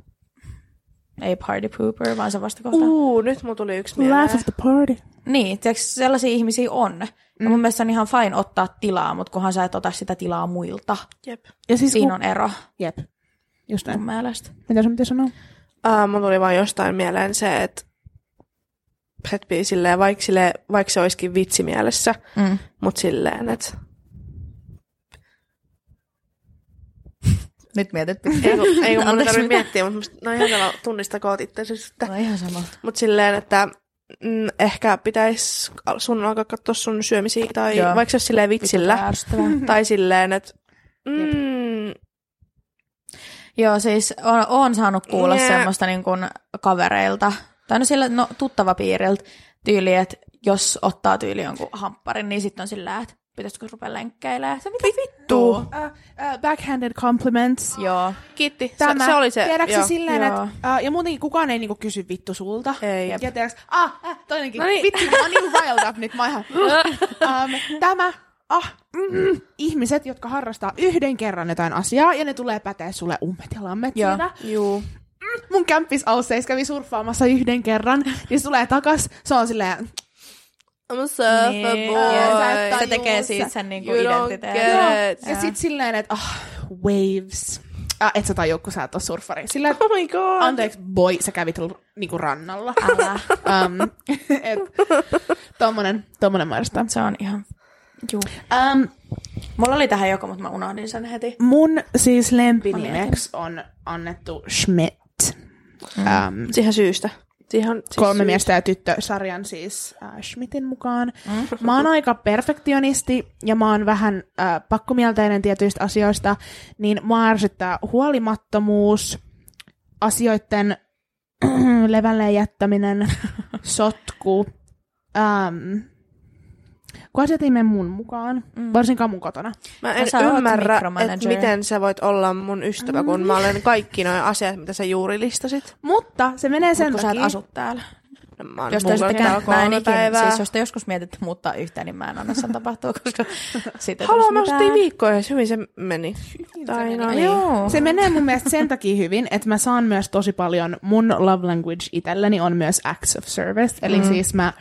ei party pooper, vaan se vastakohta. Uh. Uu, nyt mulla tuli yksi mieleen. laugh of the party. Niin, tiedätkö, sellaisia ihmisiä on. Ja Mm. mun mielestä on ihan fine ottaa tilaa, mutta kunhan sä et ota sitä tilaa muilta. Jep. Ja siis, Siinä on ero Jep. Just näin. mun mielestä. Mitä sun pitää sanoa? Äh, mulla tuli vaan jostain mieleen se, että hetki silleen, vaikka, silleen, vaikka se olisikin vitsimielessä, Mm. mut silleen, että... Nyt mietit Ei, kun- ei kun mun ei Anteeksi, tarvitse mitä? miettiä, mutta no ihan tavalla tunnistakoot itse että No ihan sama. Mutta silleen, että mm, ehkä pitäisi sun alkaa katsoa sun syömisiä, tai Joo. Joo. vaikka se olisi silleen vitsillä, Ärsyttävää. tai silleen, että mm, Joo, siis on, on saanut kuulla Nää. yeah. semmoista niin kuin kavereilta, tai no, sillä, no tuttava piiriltä tyyli, että jos ottaa tyyli jonkun hampparin, niin sitten on sillä, että pitäisikö rupea lenkkeilemään. Se mitä vittua? Uh, uh, backhanded compliments. Joo. kiitti. Tämä. Se, se oli se. Tiedätkö joo. joo. silleen, Joo. että... Uh, ja muutenkin kukaan ei niinku kysy vittu sulta. Ei. Ja tiedätkö... Ah, äh, toinenkin. No niin. Vittu, mä oon niin riled up nyt. Mä oon ihan... um, tämä... Ah, mm, mm, ihmiset, jotka harrastaa yhden kerran jotain asiaa, ja ne tulee pätee sulle ummet ja lammet Joo. siitä. Juu. Mun kämppis Ausseis kävi surffaamassa yhden kerran, niin se tulee takas, se on silleen, I'm a surfer Niin. boy. Ja sä et Se tajua tekee se. siitä siis- sen niin kuin You don't identiteetin. get Öö, Joo. Et. Ja sit silleen, että ah, waves. Ah, et sä tajuu, kun sä et oo surffari. Silleen, Oh my god. anteeksi, boy, sä kävit l- niinku rannalla. Älä. um, et, tommonen, tommonen mainosta. Se on ihan... Juu. Um, Mulla oli tähän joku, mutta mä unohdin sen heti. mun siis lempinimeksi on annettu Schmidt. Um, Siihen siis syystä. Siihen on siis kolme syyt. miestä ja tyttö sarjan siis äh, Schmidtin mukaan. Mm. Mä oon aika perfektionisti ja mä oon vähän äh, pakkomielteinen tietyistä asioista, niin mua ärsyttää huolimattomuus, asioiden levälle jättäminen, sotku, ähm, kun asiat ei mene mun mukaan, mm. varsinkaan mun kotona. Mä No en sä oot ymmärrä, että micromanageri. miten sä voit olla mun ystävä, kun mä olen kaikki nuo asiat, mitä sä juuri listasit. Mutta se menee sen Kun sä et takia... asu täällä. No, mä oon Jos te mukana täällä sittenkään, mä en kolme ikinä, päivää. siis jos te joskus mietitte muuttaa yhtään, niin mä en anna sen tapahtua, koska siitä ei Haloo, tulisi mä ostin mitään. viikkoa ja hyvin se meni. Tai no niin. Joo. Se menee mun mielestä sen takia hyvin, että mä saan myös tosi paljon, mun love language itselläni on myös acts of service, eli mm. siis mä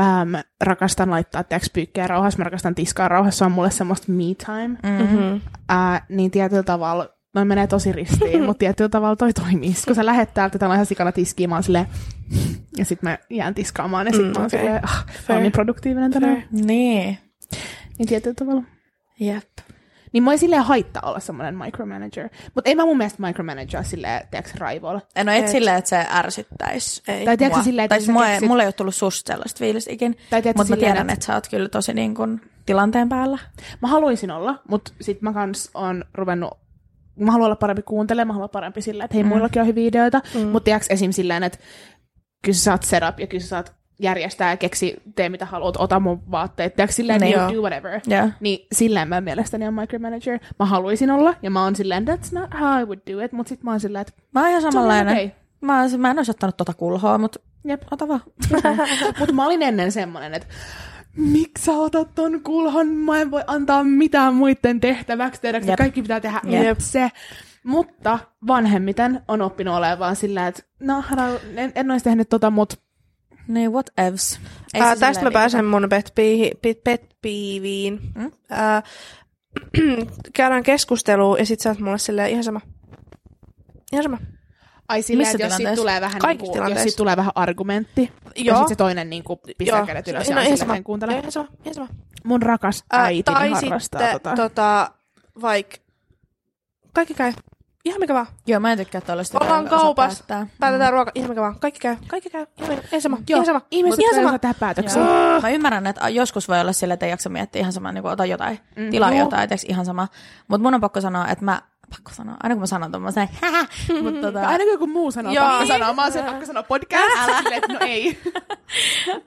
äm, rakastan laittaa teoks pyykkää rauhassa, mä rakastan tiskaa rauhassa, se on mulle semmoista me time, mm. Mm-hmm. äh, niin tietyllä tavalla, noi menee tosi ristiin, mutta tietyllä tavalla toi toimii. Sit kun sä lähet täältä, täällä on ihan sikana tiskiä, mä oon silleen, ja sit mä jään tiskaamaan, ja sit Mm, mm, mä oon okei. okay. silleen, ah, mä Fair. oon niin produktiivinen tänään. Fair. Niin. Niin tietyllä tavalla. Jep. Niin mua ei silleen haittaa olla semmoinen micromanager. Mutta ei mä mun mielestä micromanagera silleen, tiedätkö, raivolla. No et, Et. et silleen, että se ärsyttäisi. Ei. Tai tiedätkö mua. silleen, että tai sä siis mua, ei- keksit- mulla ei ole tullut susta sellaista fiilistä ikin, Tai tiedätkö mutta mä silleen, tiedän, että- että sä oot kyllä tosi niin kun, tilanteen päällä. Mä haluaisin olla, mutta sit mä kans on ruvennut mä haluan olla parempi kuuntelemaan, mä haluan olla parempi sillä, että hei, mm. muillakin on hyviä ideoita, mm. mutta tiedätkö esim. silleen, että kyllä sä saat setup ja kyllä sä saat järjestää ja keksi, tee mitä haluat, ota mun vaatteet, tiedätkö silleen, Niin. niin, Joo. do whatever. Joo. Niin silleen mä mielestäni on micromanager. Mä haluaisin olla, ja mä oon silleen, that's not how I would do it, mutta sit mä oon silleen, että Mä oon ihan se on samanlainen. okei. Mä, oon- mä en olisi ottanut tota kulhoa, mutta Jep. ota vaan. Mutta mä olin ennen semmoinen, että miksi sä otat ton kulhon, mä en voi antaa mitään muiden tehtäväksi, tiedätkö, Jep. Jep. kaikki pitää tehdä Jep. Jep. se. Mutta vanhemmiten on oppinut olemaan vaan sillä, että no, Hara, en, en olisi tehnyt tota, mut Niin, what evs. Ei Ää, se tästä mä silleen pääsen mun pet, piihi- pit- pet piiviin. Mm? Ää, käydään keskustelua ja sit sä oot mulle silleen ihan sama. Ihan sama. ai sillä, Missä että jos sit tilanteessa? tulee vähän, Kaikissa niinku, jos tilanteissa. sit tulee vähän argumentti, ja Joo. sit se toinen niinku, pistää Joo. kädet ylös No ja on sillä, ihan sama. että en kuuntele. Ihan sama, ihan sama. Mun rakas Ää, äiti tai harrastaa sitten tota. tota, vaik... Kaikki käy. Ihan mikä vaan. Joo, mä en tykkää tuollaista. Ollaan kaupassa. Päätetään ruoka. Ihan mikä vaan. Kaikki käy. Kaikki käy. Ihan mikä- Ihan sama. Mm. Joo, Ihan sama. ihmiset ihan ei sama. osaa tehdä päätöksiä. Joo. Mä ymmärrän, että joskus voi olla sillä, että ei jaksa miettiä ihan sama, niin kuin ota jotain, mm, tilaa joo. jotain, tiiäks, ihan sama. Mutta mun on pakko sanoa, että mä, pakko sanoa, aina kun mä sanon tuon, mä sanon, hähä, mutta tota, Aina kun joku muu sanoo, Joo. pakko sanoa, mä oon sen pakko sanoa podcast, silleen, että no ei.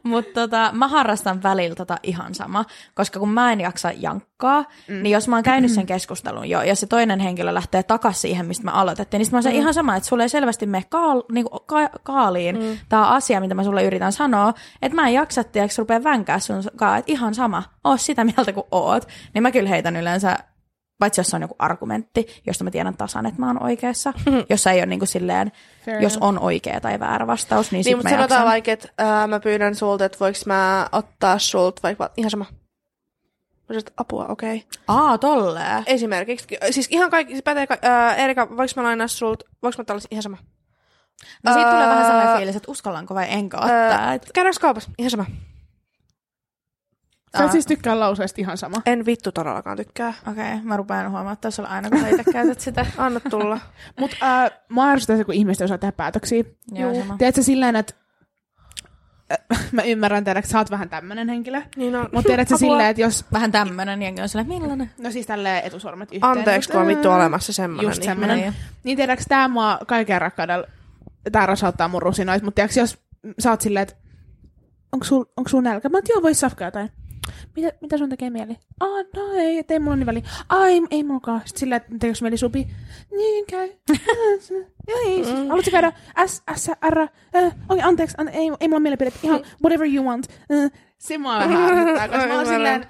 Mutta tota, mä harrastan välillä tota ihan sama, koska kun mä en jaksa jankkaa, mm. niin jos mä oon käynyt sen keskustelun jo, ja se toinen henkilö lähtee takas siihen, mistä mä aloitettiin, niin sit mä oon mm. ihan sama, että sulle ei selvästi mene kaal, niinku, ka- kaaliin mm. tämä asia, mitä mä sulle yritän sanoa, että mä en jaksa, tiedätkö, se rupeaa vänkää sun kaa, että ihan sama, oo sitä mieltä kuin oot, niin mä kyllä heitän yleensä Paitsi jos se on joku argumentti, josta mä tiedän tasan, että mä oon oikeassa. Jos ei ole niin kuin silleen, Fair jos enough. on oikea tai väärä vastaus, niin, Niin, sitten mutta sit mä jaksan. sanotaan vaikka, että ää, mä pyydän sulta, että voiko mä ottaa sulta vaikka ihan sama. Mä sanoin, että apua, okei. Okay. Aa, tolleen. Esimerkiksi, siis ihan kaikki, se pätee, ka- ää, Erika, voiko mä lainaa sulta, voiko mä ottaa ihan sama. No siitä tulee Öö, vähän sellainen fiilis, että uskallanko vai enkö ottaa. et- Käydäänkö kaupassa? Ihan sama. Sä Aa. et siis tykkää lauseesta ihan sama. En vittu todellakaan tykkää. Okei, okay, mä rupean huomaamaan, että tässä on aina, kun sä itse käytät sitä. Anna tulla. Mutta äh, mä ärsytän se, kun ihmiset ei osaa tehdä päätöksiä. Joo, sama. Tiedätkö silleen, että äh, mä ymmärrän tehdä, että sä oot vähän tämmönen henkilö. Niin on. Mutta tiedätkö Apua. silleen, että jos... Vähän tämmönen, jengi on sellainen, millainen? No siis tälleen etusormet yhteen. Anteeksi, mut, kun on äh, vittu olemassa semmoinen. Just semmonen. Niin. Niin, niin tiedätkö, tää mua kaiken rakkaudella... Tää rasauttaa mun rusinoit, mutta tiedätkö, jos sä oot silleen, että onko sul, onko sul nälkä? Mä oon, että joo, vois safkaa jotain. Mitä, mitä sun tekee mieli? Aa, no ei, et ei mulla niin väliä. Ai, ei mullakaan. Sitten silleen, että tekeekö mieli supi? Niin käy. Joo, ei, siis, haluatko käydä S, S, R, äh, okei, anteeksi, an, ei, ei mulla mielipide, ihan whatever you want. Äh, Mm. se mua vähän harmittaa, koska mä oon Ymmärrän. silleen,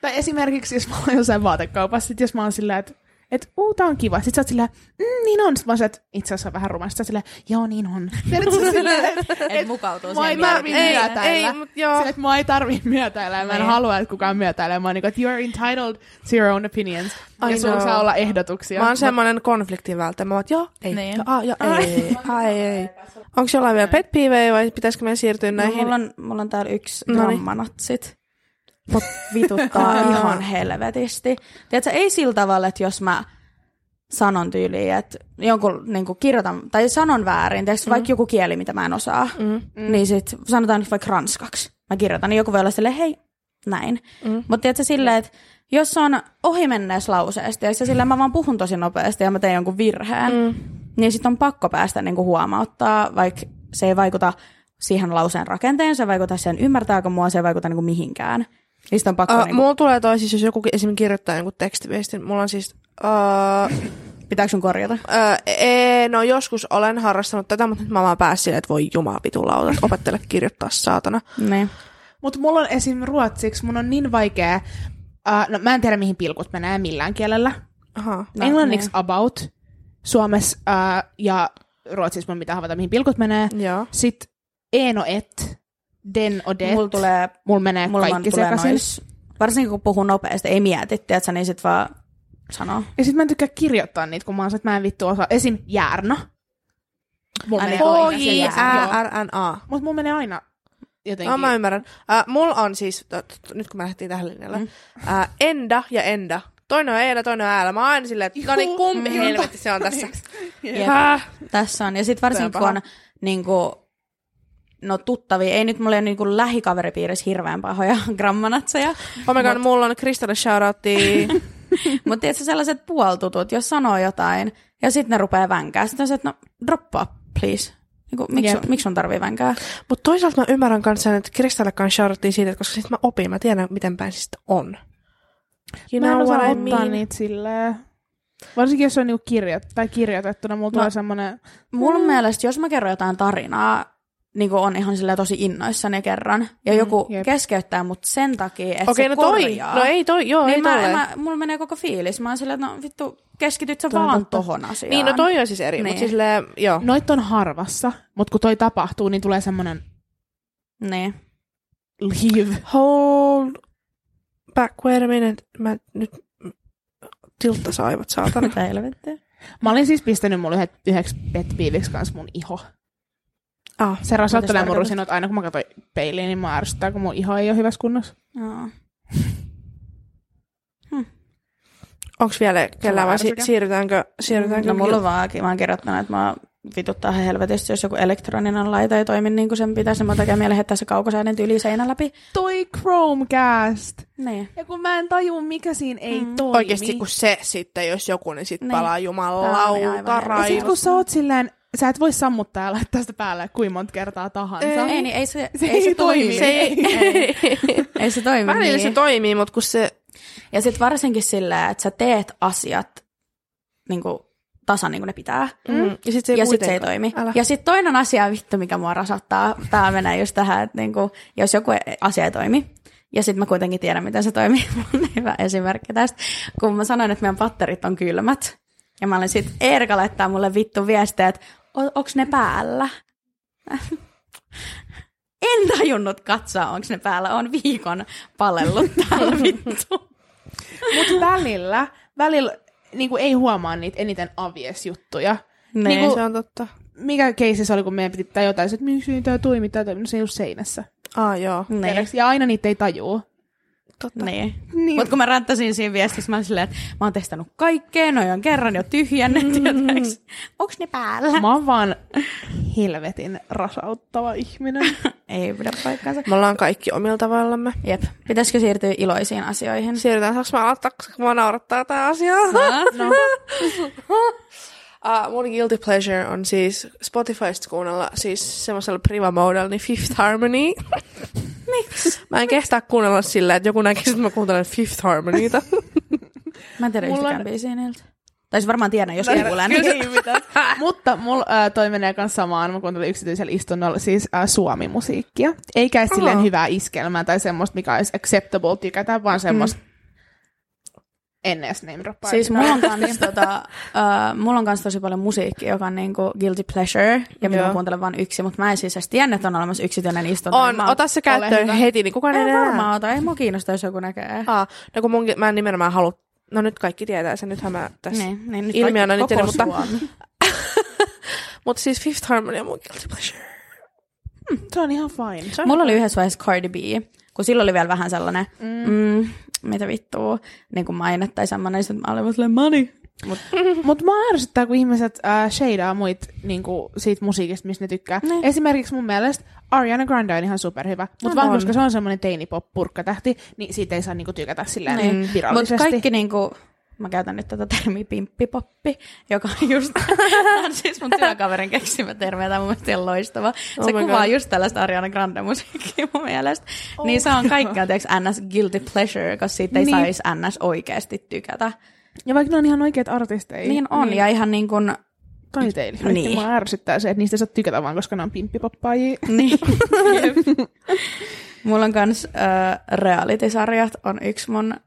tai esimerkiksi jos mä oon jossain vaatekaupassa, sit jos mä oon silleen, että et, uu, tää on kiva. Sitten sä oot silleen, mm, niin on. Sitten mä oon silleen, että itse asiassa on vähän rumasti. Sä oot silleen, joo, niin on. Tiedätkö, silleen, että- Et mukautuu Mua ei siihen tarvii Ei, myötäillä. ei, mut joo. Sille, että mua ei tarvii myötäillä ja mä en Niin. halua, että kukaan myötäilee. Mä oon niinku, että you're entitled to your own opinions. I ja sulla know. saa olla ehdotuksia. Mä oon semmonen konfliktin välttäjä. Mä oon, että joo, ei, Niin. joo, aa, joo, ei, ai, ei. Onko jollain vielä pet peevejä vai pitäisikö meidän siirtyä No, näihin? mulla, No niin. on, mulla on täällä yksi Noniin. drammanatsit. Mut vituttaa ihan helvetisti. Tiedätkö, ei sillä tavalla, että jos mä sanon tyyliin, että jonkun niin kuin kirjoitan, tai sanon väärin, tiedätkö, vaikka joku kieli, mitä mä en osaa, mm. niin sit sanotaan nyt vaikka ranskaksi. Mä kirjoitan, niin joku voi olla silleen, hei, näin. Mm. Mutta tiedätkö silleen, että jos se on ohimenneessä lauseesta, ja silleen mä vaan puhun tosi nopeasti ja mä teen jonkun virheen, mm. niin sitten on pakko päästä niin kuin huomauttaa, vaikka se ei vaikuta siihen lauseen rakenteen, se ei vaikuta sen ymmärtääkö mua, se ei vaikuta niin kuin mihinkään. Niistä on Ah, pakko, uh, Uh, niin kuin, mulla tulee toi siis, jos joku esimerkiksi kirjoittaa jonkun tekstiviestin, mulla on siis... Uh, pitääkö sun korjata? Öö, ei, no joskus olen harrastanut tätä, mutta nyt mä vaan pääsin silleen, että voi jumaa pitulauta, opettele kirjoittaa saatana. Niin. Mutta mulla on esim. ruotsiksi, mun on niin vaikea, uh, no mä en tiedä mihin pilkut menee millään kielellä. Aha. No, No, Englanniksi about, Suomessa uh, ja Ruotsissa mun pitää havaita mihin pilkut menee. Joo. Sitten en och ett, den och det. niin. Mulla tulee, mulla menee mulla mulla vaan kaikki tulee sekaisin. nois, varsinkin kun puhuu nopeasti, ei mieti, tiedätkö, niin sit vaan sanoo. Ja sit mä en tykkää kirjoittaa niitä, kun mä oon se, että mä en vittu osaa. Esim. järna. Mulla Ai menee niin, aina oi, se järna. Joo. H-I-R-N-A. Mut mulla menee aina jotenkin. No, mä ymmärrän. Äh, mulla on siis, t- t- nyt kun mä lähdettiin tähän linjalle, mm. äh, enda ja enda. Toinen on eellä, toinen on äällä. Mä oon aina silleen, että no niin Juu, kumpi mm. helvetti se on tässä. Jep. Häh? Tässä on. Ja sitten varsinkin kun Toi on on niin kuin, no tuttavia, ei nyt mulla ole niin kuin lähikaveripiirissä hirveän pahoja grammanatseja, Oh my god, mulla on Kristalle shoutoutti. mutta tiedätkö sellaiset puoltutut, jos sanoo jotain ja sitten ne rupeaa vänkää, sitten on se, että no droppaa please. Niin kuin, miksi, Jep. miksi sun tarvii vänkää? mutta toisaalta mä ymmärrän kanssa, sen, että Kristalle kanssa shoutoutti siitä, että koska sit mä opin, mä tiedän, miten päin siis on. You Mä en know osaa what I ottaa mean? niitä silleen. Varsinkin jos se on niinku kirjoit- tai kirjoitettuna, mulla tulee semmonen... Mun Mm. mielestä, jos mä kerron jotain tarinaa, niin kuin on ihan silleen tosi innoissani ja kerran, ja joku jep. keskeyttää mut sen takia, että Mm, Okei, se no toi. korjaa. No ei toi, joo, ei niin mä, tolleen. mä, mulla menee koko fiilis. Mä oon silleen, että no vittu, keskityt sä Toi on vaan totta. tohon asiaan. Niin, no toi on siis eri, Niin. mutta siis le- joo. Noit on harvassa, mut kun toi tapahtuu, niin tulee semmonen Niin. leave. Hold back, wait a minute. Mä nyt tilttas aivot, saatana. Mitä helvettiä? Mä olin siis pistänyt mulle yhdet, yhdeksi pet peeveksi kanssa mun iho. ah. Se rasauttelee mun tarkoitat? rusinot aina, kun mä katsoin peiliin, niin mä ärsyttää, kun mun iho ei ole hyvässä kunnossa. Joo. Onks vielä kellään vai si- ärsykä. siirrytäänkö? siirrytäänkö No mulla on vaan, mä oon kirjoittanut, että mä vituttaa ihan helvetisti, jos joku elektroninen laite ei toimi niin kuin sen pitäisi, niin mä tekee mieli heittää se kaukosäädin yli seinän läpi. Toi Chromecast! Niin. Ja kun mä en tajua, mikä siinä ei mm. toimi. Oikeesti kun se sitten, jos joku, niin sit Niin. palaa Tää on jumalauta aivan Siis Ja sit raivot. kun sä oot silleen, sä et voi sammuttaa ja laittaa sitä päälle kuin monta kertaa tahansa. Ei. Ei, niin ei se, Se ei se ei toimi. toimi. Se ei, Ei se toimi. välillä se niin. toimii, mutta kun se, Ja sitten varsinkin sillä, että sä teet asiat niin kuin, tasan niin kuin ne pitää. mm. ja sit se ei ja sitten se ei kuitenkaan- toimi. Älä. Älä. Ja sitten toinen asia, vittu, mikä mua rasattaa, tämä menee just tähän, että niinku, jos joku asia ei toimi, ja sitten mä kuitenkin tiedän, miten se toimii. Mulla on niin hyvä esimerkki tästä. Kun mä sanoin, että meidän patterit on kylmät, ja mä olin sitten, Erika laittaa mulle vittu viestejä, että "O- onks ne päällä? en tajunnut katsoa, onko ne päällä. On viikon palellut täällä vittu. Mut välillä, välillä niin kuin ei huomaa niitä eniten obvious juttuja. Niin, Niin Niin, kuin, se on totta. mikä keisi se oli, kun meidän piti tai jotain, se, että miksi tämä toimii, tämä toimii, no se ei ollut seinässä. Ah, joo. Niin. Tiedäks? Ja aina niitä ei tajuu. Totta. Niin. Niin. niin. Mutta kun mä ränttäsin siinä viestissä, mä olin silleen, että mä oon testannut kaikkea, noi on kerran jo tyhjennetty, mm. onks ne päällä? Mä oon vaan helvetin rasauttava ihminen. Ei pidä paikkaansa. Me ollaan kaikki omilla tavallamme. Jep, pitäisikö siirtyä iloisiin asioihin? Siirrytään, saanko mä aloittaa, koska mua naurattaa tää asia. No. Uh, mun guilty pleasure on siis Spotifysta kuunnella siis semmoisella privamodella, niin Fifth Harmony. Miksi? Mä en kehtaa kuunnella sillä, että joku näkisi, että mä kuuntelen Fifth Harmonyta. Mä en tiedä Mulla yhtäkään on- biisiä niiltä. Tai siis varmaan tiedän, jos Tiedän, kuulen. kyllä se- Mutta mulla äh, toi menee kanssa samaan, mä kuuntelin yksityisellä istunnolla siis äh, suomimusiikkia. Eikä edes silleen Aa. hyvää iskelmää tai semmoista, mikä olisi acceptable tykätä, vaan semmoista mm. en edes name droppaa. Siis mulla on, kans, tota, uh, mulla on kans tosi paljon musiikkia, joka on niinku guilty pleasure, ja mitä Joo. mä kuuntelen vain yksi, mutta mä en siis edes tiennyt, että on olemassa yksityinen istunto. niin on, mä oon- ota se käyttöön hyvä. heti, niin kukaan ei Ei näe. varmaan ota, ei mua kiinnosta, jos joku näkee. Ah, no kun mun, mä en nimenomaan halua, no nyt kaikki tietää sen, nythän mä tässä. Niin, niin nyt Ilmiönä kaikki- nyt koko tiedän, mutta- Suomi. Mutta siis Fifth Harmony on mun guilty pleasure. Se on ihan fine. Se on- Mulla oli yhdessä vaiheessa Cardi B, kun silloin oli vielä vähän sellainen, mm. Mm, mitä vittua, niin kuin maine tai semmoinen, niin sit mä olin vaan silleen, money, Mutta mut mä ärsyttää, kun ihmiset äh, shadeaa muit niinku, siitä musiikista, missä ne tykkää. Ne. Esimerkiksi mun mielestä Ariana Grande on ihan superhyvä. Mutta No vaan on. koska se on semmoinen teinipop-purkkatähti, niin siitä ei saa niinku, tykätä silleen Niin. niin. Mutta virallisesti. kaikki niinku, mä käytän nyt tätä termiä pimppipoppi, joka on just, tää on siis mun työkaverin keksimä termi, ja tämä on mun mielestä ihan loistava. Se my oh kuvaa God. just tällaista Ariana Grande musiikkia mun mielestä. Oh niin se on kaikkea, tiiäks, ns. guilty pleasure, koska siitä ei Niin. niin. saisi ns. oikeasti tykätä. Ja vaikka ne on ihan oikeat artisteja. Niin on, niin. ja ihan niin kuin, taiteilijoita. Niin. Niin. Mua ärsyttää se, että niistä ei saa tykätä vaan, koska ne on pimppipoppaajia. niin. Mulla on kans äh, reality-sarjat on yksi mun äh,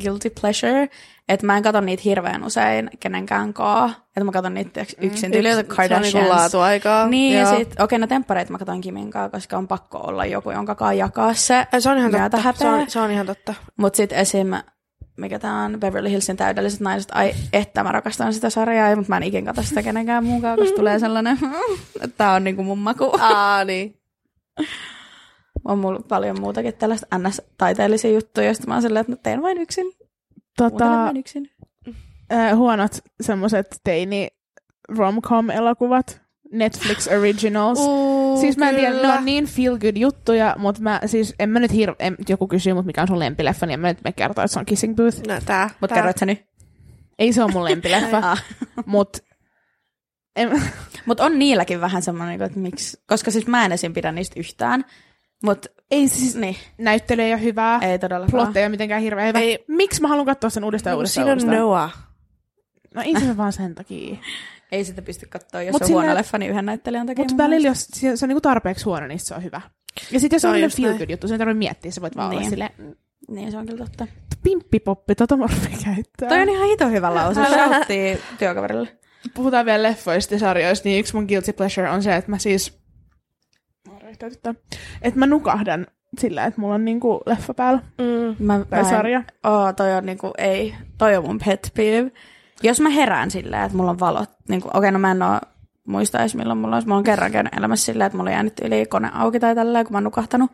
guilty pleasure, että mä en katso niitä hirveän usein kenenkään kaa, että mä katson niitä tiiäks, yksin mm, tyyliä, Se on Kardashians. niinku laatuaikaa. Niin, ja Joo. sit, okei, okay, no temppareita mä katsoin Kimin kanssa, koska on pakko olla joku, jonka kanssa jakaa se. Ai, Se on ihan totta. Se myötähäpeä. on, se on ihan totta. Mut sit esim, mikä tää on, Beverly Hillsin täydelliset naiset, ai että mä rakastan sitä sarjaa, mutta mä en ikinä katso sitä kenenkään muun kanssa, koska tulee sellainen, että tää on niinku mun maku. Aa, niin. On mulla paljon muutakin tällaista ns-taiteellisia juttuja, joista mä oon silleen, että mä teen vain yksin, kuuntelen Tota, vain yksin. äh, huonot semmoset teini romcom-elokuvat, Netflix Originals. Uu, Siis mä en tiedä, ne kyllä. on niin feel good juttuja, mutta mä siis, en mä nyt hir- en, joku kysyy mut mikä on sun lempileffa, niin en mä nyt me kertoa, että se on Kissing Booth. No, tää. Mut tää. kerroit sä nyt? Ei se ole mun lempileffa, Ah. mut en, Mut on niilläkin vähän semmoinen, että miksi, koska siis mä en esim pidä niistä yhtään, mut ei siis, niin, näyttely ei ole hyvää, ei todellakaan. plotti ei ole mitenkään hirveä hyvä. Ei. Miksi mä haluan katsoa sen uudestaan ja Kun uudestaan Siinä ja on uudestaan? Noah. No ei se vaan sen takia. Ei sitä pysty katsoa, jos Mut Mut on sillä- huono leffa, niin yhden näyttelijän takia. Mutta mun välillä, jos se se on niinku tarpeeksi huono, niin se on hyvä. Ja sitten jos Se on on no, just feel näin. good juttu, sen ei tarvitse miettiä, sä voit vaan niin. olla Niin. silleen, mielestä. Niin, se on kyllä totta. pimppipoppi, tota morfi käyttää. Toi on ihan hito hyvä lause. Shouttii työkaverille. Puhutaan vielä leffoista ja sarjoista, niin yksi mun guilty pleasure on se, että mä siis... Mua röyhtää tyttö. Että mä nukahdan sillä, että mulla on niinku leffa päällä Mm. Mä, tai sarja. Oo, toi on niinku, ei, toi on mun pet peeve. Jos mä herään silleen, että mulla on valot, niinku, okei, okay, no mä en oo muista edes milloin mulla olisi. Mä oon kerran käynyt elämässä silleen, että mulla on jäänyt yli kone auki tai tällä, kun mä oon nukahtanut.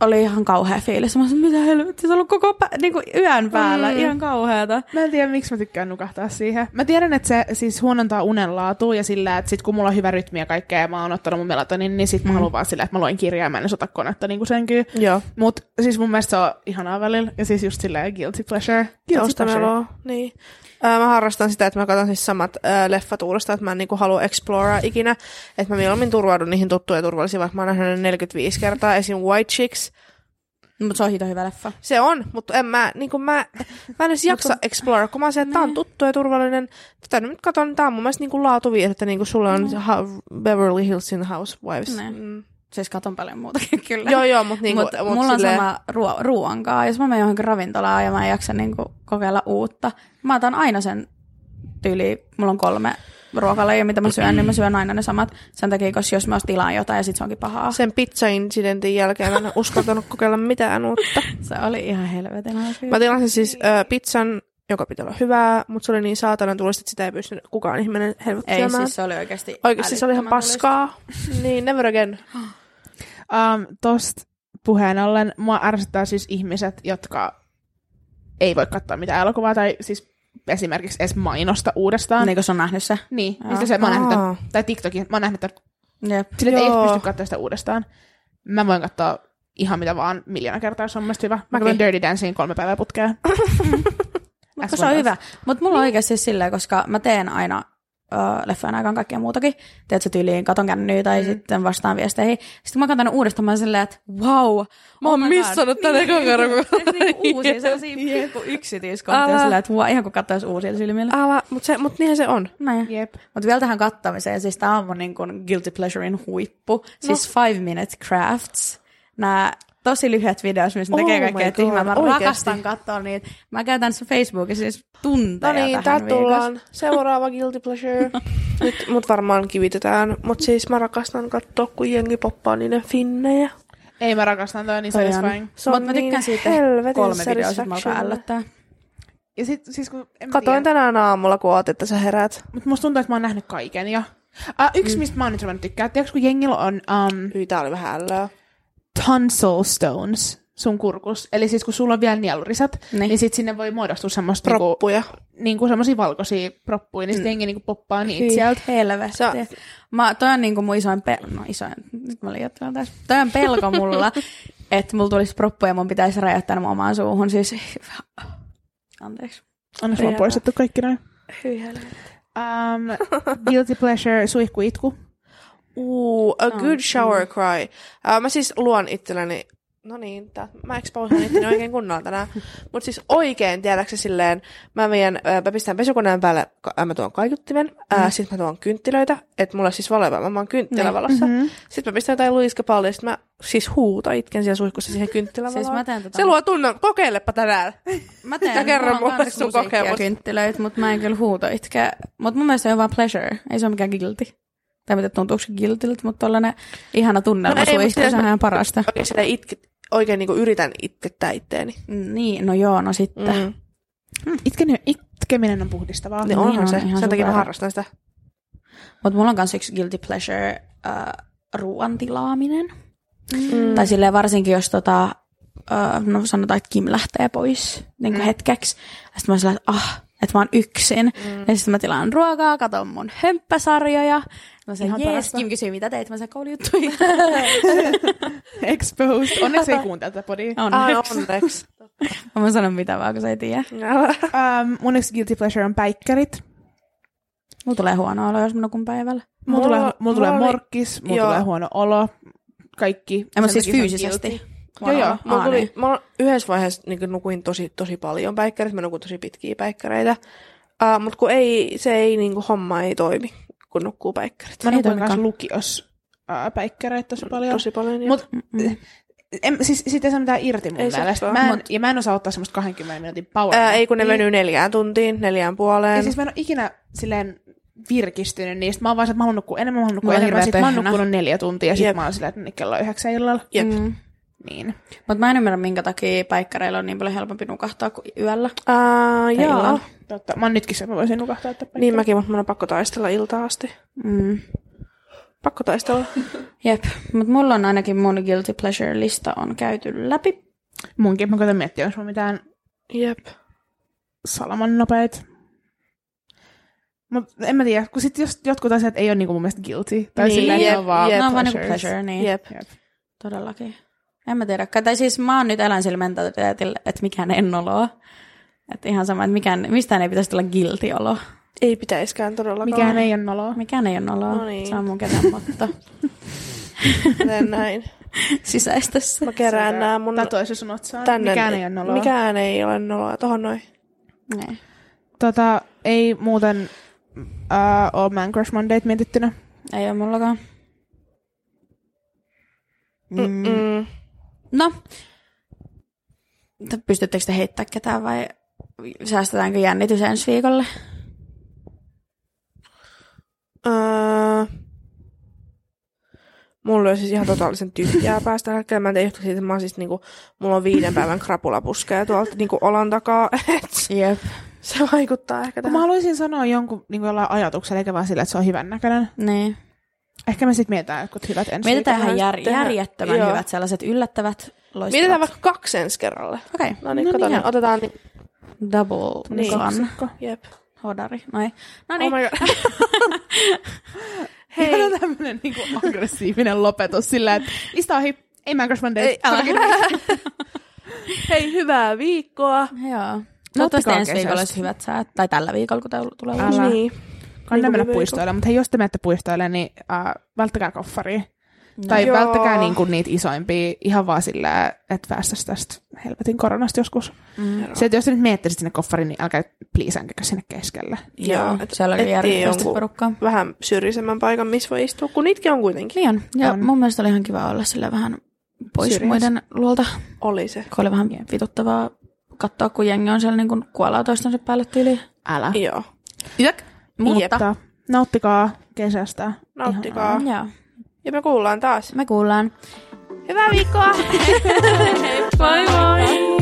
Oli ihan kauhea fiilis. Mä sanoin, mitä helvettiä, se on ollut koko pä- niinku yön päällä. Mm. Mm. Ihan kauheata. Mä en tiedä, miksi mä tykkään nukahtaa siihen. Mä tiedän, että se siis huonontaa unenlaatua ja sillä, että sit kun mulla on hyvä rytmi ja kaikkea ja mä oon ottanut mun melatonin, niin sit mä haluan vaan sillä, että mä loin kirjaa ja mä en edes ota konetta niin kuin senkin. Joo. Mut siis mun mielestä se on ihanaa välillä. Ja siis just silleen guilty pleasure. Guilty pleasure. Taustameloa, niin. Ää, mä harrastan sitä, että mä katson siis samat ää, leffat uudestaan, että mä en niinku halua explorea ikinä. Että mä mieluummin turvaudun niihin tuttuja ja turvallisiin, vaikka mä oon nähnyt ne 45 kertaa. Esim. White Chicks. Mutta se on hito hyvä leffa. Se on, mutta en mä, niinku mä, mä en edes jaksa explore, kun mä oon se, että tää Niin. on tuttu ja turvallinen. Tätä nyt katon, tää on mun mielestä niinku laatuviihdettä, niinku sulla on Niin. se ha- Beverly Hillsin Housewives. Ne. Mm. Siis katon paljon muutakin kyllä. Joo, joo, mutta niinku, Mut mulla on silleen- sama ruo- ruoankaan. Jos mä menen johonkin ravintolaan ja mä en jaksa niinku kokeilla uutta, mä otan aina sen tyyli. Mulla on kolme ruokalajia, mitä mä syön, niin mä syön aina ne samat. Sen takia, koska jos mä ois tilaan jotain ja sit se onkin pahaa. Se, Sen pizza-incidentin jälkeen mä en uskaltanut kokeilla mitään uutta. se oli ihan helvetin hauska. Mä tilasin siis äh, pizzan, joka piti olla hyvää, mutta se oli niin saatanan tulista, että sitä ei pystynyt kukaan ihminen helvetti Ei, syömään. siis se oli oikeasti Oikeasti se oli ihan paskaa. niin, never again. Um, tosta puheen ollen, mua ärsyttää siis ihmiset, jotka ei voi katsoa mitään elokuvaa tai siis esimerkiksi edes mainosta uudestaan. Niin kun sä on nähnyt se. Niin, Aa. mistä se mä oon nähnyt tämän, Aa. tai TikTokin, mä oon nähnyt tämän, Jep. sillä että ei Joo. pysty katsoa sitä uudestaan. Mä voin katsoa ihan mitä vaan miljoona kertaa, se on mun mielestä hyvä. Mä Mäkin. katsoin Dirty Dancing kolme päivää putkeen. Mut As kun se on well as. hyvä. Mutta Niin. mulla on oikeasti siis silleen, koska mä teen aina ö, leffojen aikaan kaikkea muutakin. Teet sä tyyliin, katon kännyä tai mm. sitten vastaan viesteihin. Sitten mä katson uudestaan, mä oon silleen, että wow. oh Mä oon missannut tän ekan kerran, kun mä Niin, niinku katsoin. uusia sellaisia pikku yksityiskohtia Älä. silleen, että wow, ihan kun katsoisi uusilla silmillä. Ala, mutta se, mut niinhän se on. Näin. Jep. Mutta vielä tähän kattamiseen, siis tämä on mun niin kun guilty pleasurein huippu, siis No. five minute crafts. Nämä tosi lyhyet videot, missä ne Oh tekee my kaikkea God, tyhmää. Mä oikeesti. rakastan katsoa niitä. Mä käytän se Facebookissa siis tunteja No niin, tää tähän viikossa. tullaan. Seuraava Guilty Pleasure. Nyt mut varmaan kivitetään. Mut siis mä rakastan katsoa, kun jengi poppaa niiden finnejä. Ei mä rakastan toi, niin se Toi olisi on. vain. Se on Mut mä tykkään niin siitä helvetin kolme videoa, sit mä alkaa satisfaction. ällöttää. Ja sit, siis kun, en Katoin tiedä. tänään aamulla, kun oot, että sä herät. Mut musta tuntuu, että mä oon nähnyt kaiken jo. Uh, yksi, mistä mä oon nyt ruvennut tykkää, tiedätkö, kun jengillä on um, Hyi, tää oli vähän ällöä. tonsil stones. sun kurkus. Eli siis kun sulla on vielä nielurisat, niin, niin sit sinne voi muodostua semmoista niinku, Proppuja. niinku semmoisia valkoisia proppuja, niin sitten jengi niinku poppaa niitä Hyi sieltä. helvetti. Sä- Mä, toi on niinku mun isoin, pe- no isoin, nyt mä olin jatketaan tässä. Toi on pelko mulla, että mulla tulisi proppu ja mun pitäisi räjäyttää ne omaan suuhun. Siis, anteeksi. Onneksi mä oon Joo. poistettu kaikki näin. Hyi helvetti. Um, guilty pleasure, suihkuitku. Uu, a No, good shower cry. Äh, mä siis luon itselleni, no niin, tää, mä exposean itteni oikein kunnolla tänään. Mut siis oikein, tiedäksä silleen, mä, vien, äh, mä pistän pesukoneen päälle, ka- äh, mä tuon kaikuttimen, Mm. äh, sit mä tuon kynttilöitä, että mulla on siis valopäällä, mä oon kynttilävalossa. Niin. Mhm. Sitten mä pistän jotain luiskapallia, sit mä siis huuta itken siellä suihkussa siihen kynttilävaloon. Siis mä teen tota- Se luo tunnon, kokeilepa tänään. Mä teen, Ja kerro mulla on mulle kans sun musiikkia kokemus. kynttilöitä, mutta mä en kyllä huuto itkeä. Mutta mun mielestä se on vaan pleasure, ei se ole mikään guilty. Tai mitä tuntuuko se guiltiltä, mutta tollanen ihana tunnelma No no, ei, mut suihku, siis se on mä- ihan parasta. Oikein sitä itke, oikein niinku yritän itkettää itteeni. Niin, no joo, no sitten. Mm. Mm. Itkeni- itkeminen on puhdistavaa. Niin on onhan se. ihan Sen takia mä super. harrastan sitä. Mutta mulla on myös yksi guilty pleasure äh, ruoan tilaaminen. Mm. Tai silleen varsinkin, jos tota, äh, no sanotaan, että Kim lähtee pois niin kuin mm. hetkeksi. Sitten mä oon silleen, että ah, että mä oon yksin. Mm. Ja sitten mä tilaan ruokaa, katon mun hömppäsarjoja. Mä sanoin, Ihan jees, parasta. Kim kysyy, mitä teit? Mä sanoin, koulujuttuja. Exposed. Onneksi ei kuuntele tätä podia. on. Ai onneksi. Mä sanon mitä vaan, kun sä ei tiedä. Älä. Um, mun yksi guilty pleasure on päikkärit. Mulla tulee huono olo, jos mä nukun päivällä. Mulla, Mulla- tulee, mulla, mulla tulee oli- morkkis, mulla joo. tulee huono olo, kaikki. Ei, Sen mutta siis takia se on fyysisesti. guilty. Huono Joo, joo. olo. Mulla Aa, tuli, niin. mä yhdessä vaiheessa niin nukuin tosi, tosi paljon päikkäreitä, mä nukuin tosi pitkiä päikkäreitä. Uh, Mutta kun ei, se ei, niin kuin, homma ei toimi, kun nukkuu päikkärit. Mä Ei nukuin toimikaan. kanssa lukios ää, päikkäreitä tosi paljon. Tosi paljon. Mut, Mut Mm. en, siis siitä ei saa mitään irti mun Ei saa. mielestä. Mä en, Mut- ja mä en osaa ottaa semmoista 20 minuutin power ää, ei kun ne nappia. venyy neljään tuntiin, neljään Ja puoleen. Niin. siis mä en ole ikinä silleen virkistynyt niistä. Mä oon vaan se, että mä haluan nukkua enemmän, mä haluan nukkua Mulla on enemmän. hirveä Sitten mä oon pöhnä. nukkunut neljä tuntia ja Jep. sitten mä oon silleen, että nyt kello on yhdeksän illalla. Jep. Mm. Niin. Mutta mä en ymmärrä, minkä takia päikkäreillä on niin paljon helpompi nukahtaa kuin yöllä. Ää, tai joo. illalla. Totta. Mä oon nytkin se, että mä voisin nukahtaa. Että Oh. Niin mäkin, mutta mun on pakko taistella iltaan asti. Mm. Pakko taistella. Jep, mutta mulla on ainakin mun guilty pleasure-lista on käyty läpi. Munkin mä koitan miettiä, onko mulla mitään Jep. salaman nopeet. Mut en mä tiedä, kun sit jos jotkut asiat ei ole niinku mun mielestä guilty. Tai Niin, niin, silleen, jep, ne on vaan jep. Jep, Ne no on vaan niinku pleasures. pleasure, niin Jep. Jep. Jep. todellakin. En mä tiedäkään. Tai siis mä oon nyt elän sillä mentaliteetillä, että mikään ennoloa. Että ihan sama, että mikään, mistään ei pitäisi tulla guilty olo. Ei pitäiskään todellakaan. Mikään ei ole noloa. Mikään ei ole noloa. No niin. Se on mun kesän motto. Teen näin. Sisäistä se. Mä kerään nämä mun... Tatoisu sun otsaan. tänne- Mikään ei ole noloa. Mikään ei ole noloa. Tohon noin. Niin. Tota, ei muuten äh, ole Man Crush Mondayt mietittynä. Ei ole mullakaan. Mm. Mm. No, T- pystyttekö te heittää ketään vai säästetäänkö jännitys ensi viikolle? Öö, mulla on siis ihan totaalisen tyhjää päästä hetkellä. Mä en tiedä johtuuko siitä, että mä oon siis niinku, mulla on viiden päivän krapulapuskeja tuolta niinku olan takaa. Et Jep. se vaikuttaa Mä ehkä tähän. haluaisin sanoa jonkun niin jollain ajatuksella, eikä vaan sillä, että se on hyvän näköinen. Niin. Ehkä me sitten mietitään jotkut hyvät ensi Mietitään viikolla. ihan jär, tehdään- järjettömän joo. hyvät sellaiset yllättävät, loistavat. Mietitään vaikka kaksi ensi kerralle. Okei. Okay. No niin, no niin joo. otetaan niin. Double Niin. niin. gun. Kaksikko. Jep. Hodari. No ei. No Oh niin. my god. Hei. Tämä on tämmönen niinku aggressiivinen lopetus sillä, että lista ohi, ei Man Crush Mondayt. Ei, äh, älä. Hei, hyvää viikkoa. Joo. Toivottavasti ensi kesästä. viikolla olisi hyvät säät. Tai tällä viikolla, kun tää tulee ulos. Älä. Niin. Kannattaa mennä viikko. puistoille, mutta hei, jos te menette puistoille, niin äh, välttäkää koffaria. tai No Joo. välttäkää niinku niitä isoimpia ihan vaan sillä, että päästäisiin tästä helvetin koronasta joskus. Mm. Se, että jos te nyt miettisit sinne koffariin, niin älkää please älkääkä sinne keskelle. Joo. Joo, et Siellä oli etsii järjettömästi jonkun- porukkaa. Vähän syrjisemmän paikan, missä voi istua, kun niitäkin on kuitenkin. Niin on. Ja On. mun mielestä oli ihan kiva olla sille vähän pois Syrjässä. muiden luolta. Oli se. Kun oli vähän vituttavaa katsoa, kun jengi on siellä niin kuin kuolaa toistensa päälle tyyliin. Älä. Joo. Yök. Mutta. Mutta nauttikaa kesästä. Nauttikaa. Joo. Ja me kuullaan taas. Me kuullaan. Hyvää viikkoa! Moi moi!